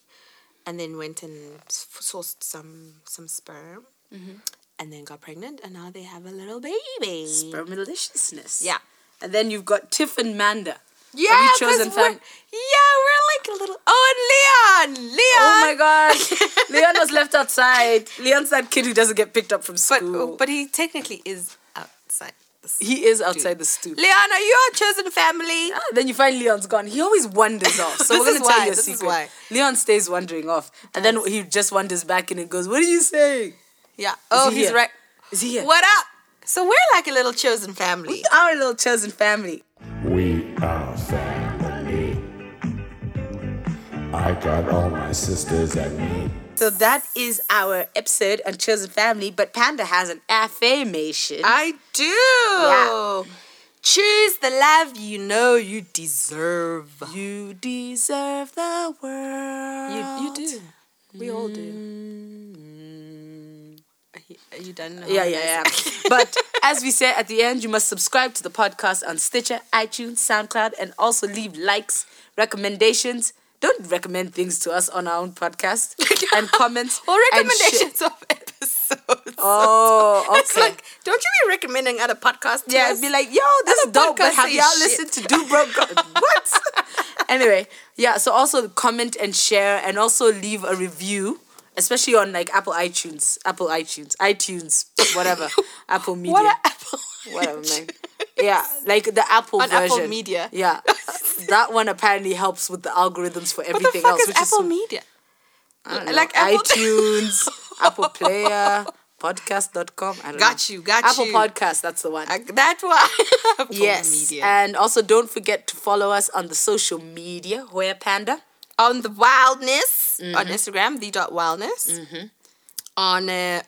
Speaker 2: and then went and s- sourced some some sperm,
Speaker 1: Mm-hmm.
Speaker 2: and then got pregnant, and now they have a little baby.
Speaker 1: Spermaliciousness.
Speaker 2: Yeah.
Speaker 1: And then you've got Tiff and Manda.
Speaker 2: Yeah,
Speaker 1: Have you
Speaker 2: 'cause
Speaker 1: chosen
Speaker 2: we're,
Speaker 1: fam-
Speaker 2: yeah, we're like a little. Oh, and Leon, Leon.
Speaker 1: Oh
Speaker 2: [LAUGHS]
Speaker 1: my gosh. Leon was left outside. Leon's that kid who doesn't get picked up from
Speaker 2: But
Speaker 1: school.
Speaker 2: but he technically is outside. this.
Speaker 1: He is outside the stoop.
Speaker 2: Leon, are you our chosen family?
Speaker 1: Ah, then you find Leon's gone. He always wanders off.
Speaker 2: [LAUGHS]
Speaker 1: So
Speaker 2: This
Speaker 1: we're gonna
Speaker 2: is
Speaker 1: tell
Speaker 2: why,
Speaker 1: you a
Speaker 2: this is
Speaker 1: secret.
Speaker 2: why.
Speaker 1: Leon stays wandering off, and then he just wanders back and it goes, "What are you saying?
Speaker 2: Yeah. Oh,
Speaker 1: he
Speaker 2: he's
Speaker 1: here?
Speaker 2: right.
Speaker 1: Is he here?
Speaker 2: What up? So we're like a little chosen family.
Speaker 1: Our little chosen family.
Speaker 4: We are family. I got all my sisters and me.
Speaker 1: So that is our episode on chosen family. But Panda has an affirmation.
Speaker 2: I do. Choose the love you know you deserve.
Speaker 1: you deserve the world.
Speaker 2: We all do. Are you, are you done? now?
Speaker 1: Mm.
Speaker 2: [LAUGHS]
Speaker 1: Yeah, yeah, yeah. [LAUGHS] but as we said at the end, you must subscribe to the podcast on Stitcher, iTunes, SoundCloud, and also leave likes, recommendations. Don't recommend things to us on our own
Speaker 2: [LAUGHS]
Speaker 1: podcast and comments
Speaker 2: Or
Speaker 1: and share-
Speaker 2: recommendations of episodes.
Speaker 1: Oh,
Speaker 2: [LAUGHS]
Speaker 1: okay.
Speaker 2: It's like, don't you be recommending other podcasts? to
Speaker 1: yeah,
Speaker 2: us?
Speaker 1: I'd be like, yo, this
Speaker 2: Other
Speaker 1: is dope. But
Speaker 2: podcasts
Speaker 1: have
Speaker 2: say
Speaker 1: y'all
Speaker 2: shit.
Speaker 1: listened to Do Bro?
Speaker 2: [LAUGHS]
Speaker 1: what? [LAUGHS] anyway, yeah. So also comment and share, and also leave a review, especially on like Apple iTunes, Apple iTunes, iTunes, whatever, Apple Media.
Speaker 2: [LAUGHS] what are
Speaker 1: [LAUGHS]
Speaker 2: Apple?
Speaker 1: whatever man. Yeah, like the Apple
Speaker 2: On
Speaker 1: version.
Speaker 2: Apple Media. [LAUGHS]
Speaker 1: Yeah, that one apparently helps with the algorithms for
Speaker 2: What the
Speaker 1: everything
Speaker 2: fuck
Speaker 1: else,
Speaker 2: is
Speaker 1: which
Speaker 2: Apple
Speaker 1: is
Speaker 2: Media? [LAUGHS]
Speaker 1: like iTunes, Apple Player, Podcast.com. I don't
Speaker 2: Got
Speaker 1: know.
Speaker 2: you, got
Speaker 1: Apple
Speaker 2: you.
Speaker 1: Podcast. That's the one.
Speaker 2: that one. [LAUGHS]
Speaker 1: [LAUGHS]
Speaker 2: Apple
Speaker 1: yes, uh,
Speaker 2: Media.
Speaker 1: and also don't forget to follow us on the social media. Where Panda?
Speaker 2: on the wildness on
Speaker 1: Mm-hmm.
Speaker 2: Instagram, the dot wildness. On uh,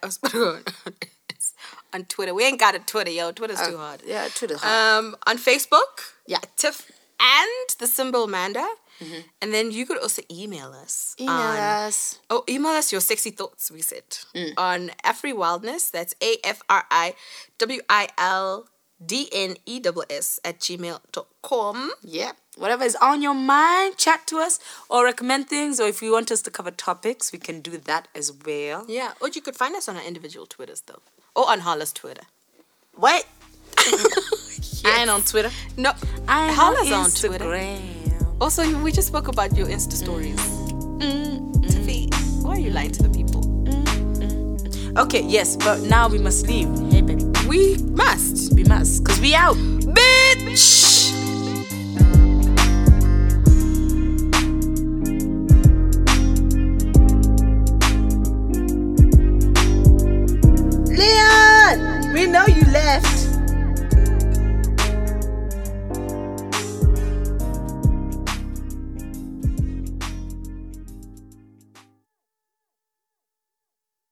Speaker 2: [LAUGHS] on Twitter, we ain't got a Twitter, yo. Twitter's too hard.
Speaker 1: Oh, Yeah, Twitter.
Speaker 2: Um, on Facebook,
Speaker 1: Yeah. Mm-hmm.
Speaker 2: Tiff and the symbol Amanda, and then you could also email us.
Speaker 1: Email
Speaker 2: on-
Speaker 1: us. Mm.
Speaker 2: Oh, email us your sexy thoughts. We said on Afri Wildness. That's A F R I W I L D N E W S at gmail.com.
Speaker 1: Yeah. Whatever is on your mind, chat to us or recommend things. Or if you want us to cover topics, we can do that as well.
Speaker 2: Yeah, or you could find us on our individual Twitters though, or on Harla's Twitter.
Speaker 1: [LAUGHS] What? I ain't on Twitter.
Speaker 2: No,
Speaker 1: I ain't
Speaker 2: Harla's
Speaker 1: on
Speaker 2: on Twitter.
Speaker 1: Instagram.
Speaker 2: Also, you- we just spoke about your Insta stories. Tiffy, why are you lying to the people?
Speaker 1: Okay, yes, but now we must leave. Hey, baby.
Speaker 2: We must,
Speaker 1: We must, because we out.
Speaker 2: bitch.